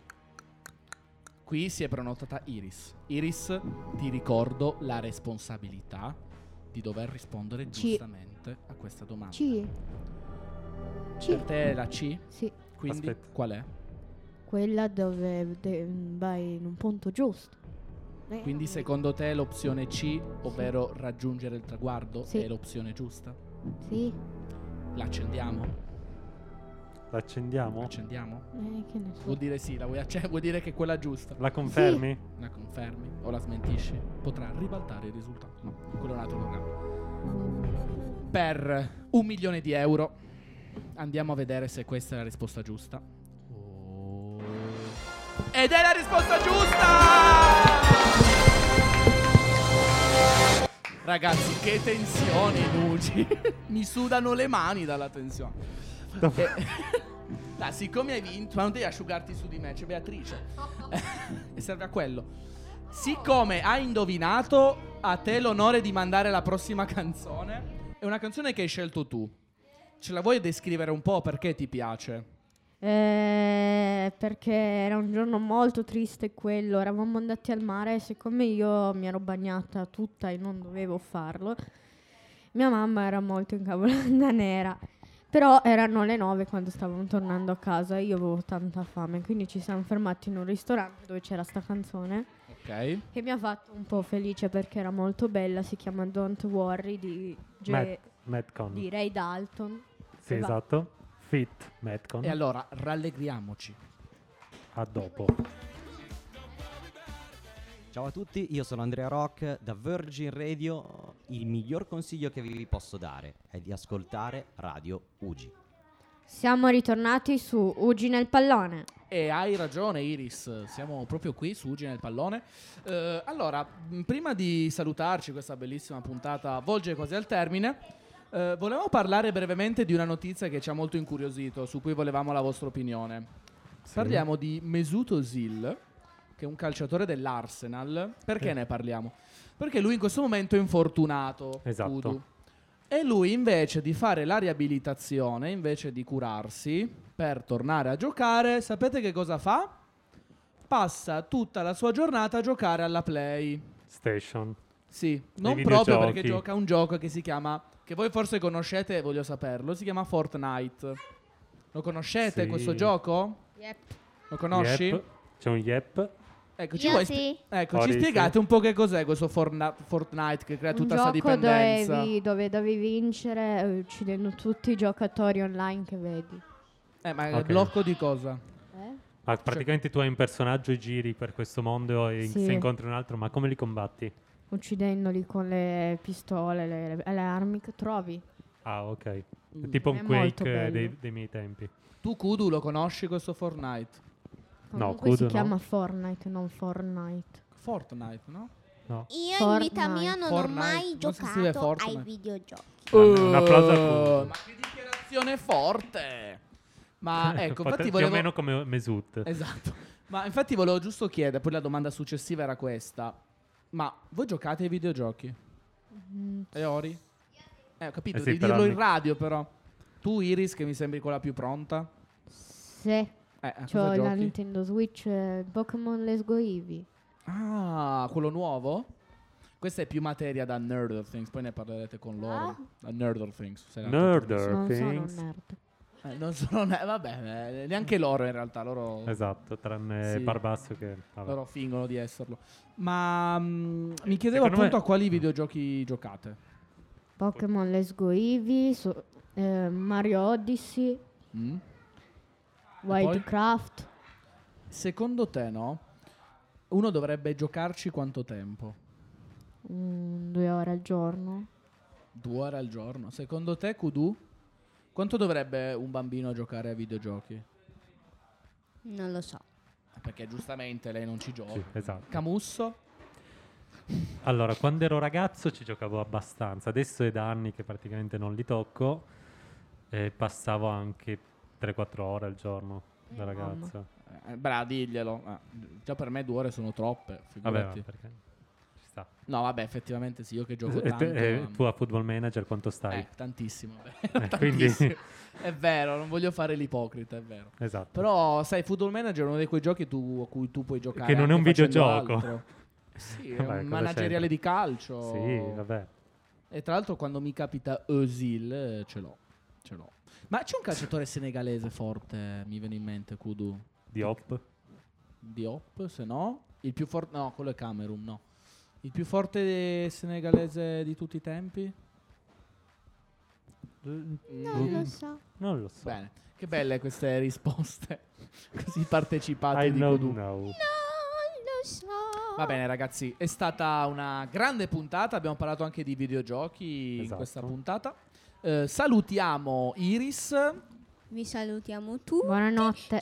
[SPEAKER 2] Qui si è prenotata Iris. Iris, ti ricordo la responsabilità di dover rispondere
[SPEAKER 6] Ci-
[SPEAKER 2] giustamente a questa domanda.
[SPEAKER 6] C.
[SPEAKER 2] Per te è la C?
[SPEAKER 6] Sì.
[SPEAKER 2] Quindi
[SPEAKER 3] Aspetta.
[SPEAKER 2] qual è?
[SPEAKER 6] Quella dove de- vai in un punto giusto. Eh,
[SPEAKER 2] Quindi secondo te l'opzione C, ovvero raggiungere il traguardo,
[SPEAKER 6] Sì.
[SPEAKER 2] è l'opzione giusta?
[SPEAKER 6] Sì.
[SPEAKER 2] L'accendiamo?
[SPEAKER 3] L'accendiamo?
[SPEAKER 2] Accendiamo?
[SPEAKER 6] Eh, che ne so.
[SPEAKER 2] Vuol dire sì, la vuoi acce- vuol dire che è quella giusta.
[SPEAKER 3] La confermi?
[SPEAKER 2] La confermi o la smentisci? Potrà ribaltare il risultato. No, quello è un altro programma. Per un milione di euro andiamo a vedere se questa è la risposta giusta. Oh. Ed è la risposta giusta! Ragazzi, che tensione, Luci. Mi sudano le mani dalla tensione. Eh, dai, siccome hai vinto, ma non devi asciugarti su di me, c'è Beatrice. e serve a quello. Siccome hai indovinato, a te l'onore di mandare la prossima canzone. È una canzone che hai scelto tu. Ce la vuoi descrivere un po' perché ti piace?
[SPEAKER 6] eh, perché era un giorno molto triste quello, eravamo andati al mare e siccome io mi ero bagnata tutta e non dovevo farlo, mia mamma era molto incavolata nera. Però erano le nove quando stavamo tornando a casa e io avevo tanta fame, quindi ci siamo fermati in un ristorante dove c'era sta canzone
[SPEAKER 2] Ok.
[SPEAKER 6] che mi ha fatto un po' felice perché era molto bella, si chiama Don't Worry di, Ge-
[SPEAKER 3] Matt- Madcon.
[SPEAKER 6] di Ray Dalton.
[SPEAKER 3] Sì,
[SPEAKER 6] E va-
[SPEAKER 3] esatto. Fit Metcon.
[SPEAKER 2] E allora, rallegriamoci.
[SPEAKER 3] A dopo.
[SPEAKER 11] Ciao a tutti, io sono Andrea Rock da Virgin Radio. Il miglior consiglio che vi posso dare è di ascoltare Radio Ugi.
[SPEAKER 6] Siamo ritornati su Ugi nel pallone.
[SPEAKER 2] E hai ragione, Iris. Siamo proprio qui su Ugi nel pallone. Eh, allora, mh, prima di salutarci, questa bellissima puntata volge quasi al termine. eh, volevamo parlare brevemente di una notizia che ci ha molto incuriosito, su cui volevamo la vostra opinione. Parliamo di Mesut Özil, che è un calciatore dell'Arsenal. Perché
[SPEAKER 3] Sì.
[SPEAKER 2] ne parliamo? Perché lui in questo momento è infortunato.
[SPEAKER 3] Esatto.
[SPEAKER 2] Kudu. E lui invece di fare la riabilitazione, invece di curarsi per tornare a giocare, sapete che cosa fa? Passa tutta la sua giornata a giocare alla Play.
[SPEAKER 3] Station.
[SPEAKER 2] Sì, non
[SPEAKER 3] Nei
[SPEAKER 2] proprio
[SPEAKER 3] videogiochi.
[SPEAKER 2] perché gioca a un gioco che si chiama, che voi forse conoscete e voglio saperlo, si chiama Fortnite. Lo conoscete
[SPEAKER 3] Sì.
[SPEAKER 2] questo gioco?
[SPEAKER 6] Yep.
[SPEAKER 2] Lo conosci?
[SPEAKER 3] Yep. C'è un yep.
[SPEAKER 2] Ecco, ci,
[SPEAKER 4] Io
[SPEAKER 2] vuoi
[SPEAKER 4] sì.
[SPEAKER 2] spi- ecco, ci
[SPEAKER 3] Ori, sì.
[SPEAKER 2] spiegate un po' che cos'è questo Forna- Fortnite che crea
[SPEAKER 6] Un
[SPEAKER 2] tutta questa
[SPEAKER 6] gioco dove,
[SPEAKER 2] dipendenza.
[SPEAKER 6] vi- dove devi vincere eh, uccidendo tutti i giocatori online che vedi. eh?
[SPEAKER 2] Eh, ma
[SPEAKER 3] Ok.
[SPEAKER 2] blocco di cosa?
[SPEAKER 3] Ma praticamente tu hai un personaggio e giri per questo mondo e in-
[SPEAKER 6] Sì.
[SPEAKER 3] se incontri un altro, ma come li combatti?
[SPEAKER 6] Uccidendoli con le pistole, le, le- le armi che trovi.
[SPEAKER 3] Ah, ok. È
[SPEAKER 2] Mm.
[SPEAKER 3] tipo
[SPEAKER 6] È
[SPEAKER 3] un
[SPEAKER 6] molto
[SPEAKER 3] Quake eh,
[SPEAKER 6] bello.
[SPEAKER 3] dei, dei miei tempi.
[SPEAKER 2] Tu Kudu lo conosci questo Fortnite?
[SPEAKER 6] Comunque si
[SPEAKER 3] Kudo no.
[SPEAKER 6] chiama Fortnite, non Fortnite.
[SPEAKER 2] Fortnite, no?
[SPEAKER 3] No.
[SPEAKER 7] Io in
[SPEAKER 6] Fortnite.
[SPEAKER 7] vita mia non
[SPEAKER 2] Fortnite.
[SPEAKER 7] ho mai
[SPEAKER 2] Non si scrive
[SPEAKER 7] giocato ai
[SPEAKER 2] Fortnite.
[SPEAKER 7] videogiochi.
[SPEAKER 3] Eh, Un applauso a
[SPEAKER 2] Oh,
[SPEAKER 3] Kudo.
[SPEAKER 2] Ma che dichiarazione forte! Ma ecco,
[SPEAKER 3] Pote-
[SPEAKER 2] infatti
[SPEAKER 3] Più o meno
[SPEAKER 2] volevo...
[SPEAKER 3] come Mesut.
[SPEAKER 2] Esatto. Ma infatti volevo giusto chiedere, poi la domanda successiva era questa. Ma voi giocate ai videogiochi?
[SPEAKER 6] Mm,
[SPEAKER 2] E Ori? Eh, ho capito,
[SPEAKER 3] Eh sì,
[SPEAKER 2] di
[SPEAKER 3] per
[SPEAKER 2] dirlo in
[SPEAKER 3] anni.
[SPEAKER 2] radio però. Tu Iris, che mi sembri quella più pronta.
[SPEAKER 6] Sì.
[SPEAKER 2] Eh, a cosa
[SPEAKER 6] C'ho la
[SPEAKER 2] giochi?
[SPEAKER 6] Nintendo Switch, eh, Pokémon Let's Go Eevee.
[SPEAKER 2] Ah, quello nuovo? Questa è più materia da Nerd of Things, poi ne parlerete con loro. Da Nerd of Things. se ne ha
[SPEAKER 3] Nerd
[SPEAKER 2] tutta
[SPEAKER 3] of
[SPEAKER 6] Non sono un
[SPEAKER 3] Things.
[SPEAKER 6] nerd.
[SPEAKER 2] Eh, non sono ne- vabbè, eh, neanche loro in realtà, loro,
[SPEAKER 3] Esatto, tranne
[SPEAKER 2] Sì.
[SPEAKER 3] Barbasso che... vabbè.
[SPEAKER 2] loro fingono di esserlo. Ma mm, mi chiedevo
[SPEAKER 3] Secondo
[SPEAKER 2] appunto a
[SPEAKER 3] me-
[SPEAKER 2] quali videogiochi giocate.
[SPEAKER 6] Pokémon Let's Go Eevee, so- eh, Mario Odyssey,
[SPEAKER 2] Mm? poi?
[SPEAKER 6] Wildcraft.
[SPEAKER 2] Secondo te, no? Uno dovrebbe giocarci quanto tempo?
[SPEAKER 6] Mm, due ore al giorno.
[SPEAKER 2] Due ore al giorno. Secondo te, Kudu? Quanto dovrebbe un bambino giocare a videogiochi?
[SPEAKER 7] Non lo so.
[SPEAKER 2] Perché giustamente lei non ci gioca.
[SPEAKER 3] Sì, esatto.
[SPEAKER 2] Camusso?
[SPEAKER 3] Allora, quando ero ragazzo ci giocavo abbastanza, adesso è da anni che praticamente non li tocco e passavo anche 3-4 ore al giorno da ragazzo.
[SPEAKER 2] Eh, brava, diglielo. Ah, già per me due ore sono troppe.
[SPEAKER 3] Vabbè,
[SPEAKER 2] figurati.
[SPEAKER 3] ma perché ci sta.
[SPEAKER 2] No, vabbè, effettivamente sì, io che gioco
[SPEAKER 3] E,
[SPEAKER 2] tanto.
[SPEAKER 3] te- e
[SPEAKER 2] ma-
[SPEAKER 3] tu a Football Manager quanto stai?
[SPEAKER 2] eh, tantissimo. è vero,
[SPEAKER 3] Eh, quindi-
[SPEAKER 2] tantissimo. È vero, non voglio fare l'ipocrita, è vero.
[SPEAKER 3] Esatto.
[SPEAKER 2] Però, sai, Football Manager è uno di quei giochi tu- a cui tu puoi giocare.
[SPEAKER 3] Che non è
[SPEAKER 2] anche
[SPEAKER 3] un
[SPEAKER 2] facendo
[SPEAKER 3] videogioco.
[SPEAKER 2] altro. Sì, è
[SPEAKER 3] Vabbè,
[SPEAKER 2] un
[SPEAKER 3] cosa
[SPEAKER 2] manageriale
[SPEAKER 3] c'entra?
[SPEAKER 2] di calcio.
[SPEAKER 3] Sì, vabbè.
[SPEAKER 2] E tra l'altro, quando mi capita Özil, eh, ce l'ho. Ce l'ho. Ma c'è un calciatore senegalese forte, mi viene in mente, Kudu.
[SPEAKER 3] Diop?
[SPEAKER 2] Diop, se no. Il più forte... No, quello è Camerun, no. Il più forte senegalese di tutti i tempi? Mm.
[SPEAKER 7] Non lo so.
[SPEAKER 3] Non lo so.
[SPEAKER 2] Bene, che belle queste risposte così partecipate
[SPEAKER 3] I
[SPEAKER 2] di
[SPEAKER 3] know
[SPEAKER 2] Kudu.
[SPEAKER 3] now.
[SPEAKER 7] Non lo so.
[SPEAKER 2] Va bene ragazzi, è stata una grande puntata, abbiamo parlato anche di videogiochi in
[SPEAKER 3] Esatto.
[SPEAKER 2] questa puntata. Eh, salutiamo Iris
[SPEAKER 7] Vi salutiamo tutti.
[SPEAKER 6] Buonanotte.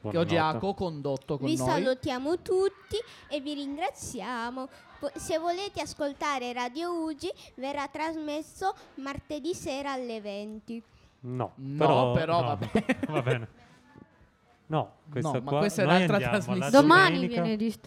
[SPEAKER 2] che oggi ha
[SPEAKER 3] Buonanotte.
[SPEAKER 2] co-condotto con
[SPEAKER 7] Vi
[SPEAKER 2] noi.
[SPEAKER 7] salutiamo tutti e vi ringraziamo. Po- Se volete ascoltare Radio Ugi, verrà trasmesso martedì sera alle 20.
[SPEAKER 3] No,
[SPEAKER 2] No,
[SPEAKER 3] però,
[SPEAKER 2] però,
[SPEAKER 3] no,
[SPEAKER 2] vabbè.
[SPEAKER 3] va bene. No, questa
[SPEAKER 2] No, ma
[SPEAKER 3] qua,
[SPEAKER 2] questa è
[SPEAKER 3] noi
[SPEAKER 2] un'altra
[SPEAKER 3] andiamo la
[SPEAKER 2] trasmissione.
[SPEAKER 6] Domani
[SPEAKER 3] domenica-
[SPEAKER 6] viene dist-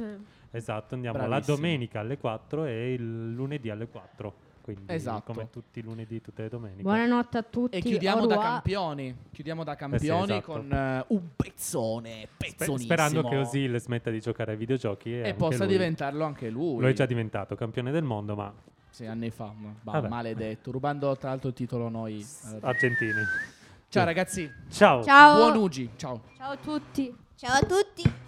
[SPEAKER 3] Esatto, andiamo la
[SPEAKER 2] Bravissimo.
[SPEAKER 3] domenica alle 4 e il lunedì alle 4. quindi
[SPEAKER 2] Esatto.
[SPEAKER 3] come tutti i lunedì, tutte le domeniche.
[SPEAKER 6] Buonanotte a tutti.
[SPEAKER 2] E chiudiamo
[SPEAKER 6] au
[SPEAKER 2] da
[SPEAKER 6] revoir.
[SPEAKER 2] campioni. Chiudiamo da campioni
[SPEAKER 3] esatto.
[SPEAKER 2] con eh, un pezzone,
[SPEAKER 3] Spe-
[SPEAKER 2] pezzonissimo.
[SPEAKER 3] Sperando che Osil smetta di giocare ai videogiochi e,
[SPEAKER 2] E
[SPEAKER 3] anche
[SPEAKER 2] possa
[SPEAKER 3] lui-
[SPEAKER 2] diventarlo anche lui.
[SPEAKER 3] Lo è già diventato campione del mondo, ma
[SPEAKER 2] Sì, anni fa. ma- bah,
[SPEAKER 3] Vabbè.
[SPEAKER 2] maledetto. Rubando tra l'altro il titolo noi. eh,
[SPEAKER 3] argentini.
[SPEAKER 2] Ciao ragazzi.
[SPEAKER 3] Ciao.
[SPEAKER 6] Ciao.
[SPEAKER 2] Buon Ugi. Ciao.
[SPEAKER 6] Ciao a tutti.
[SPEAKER 7] Ciao a tutti.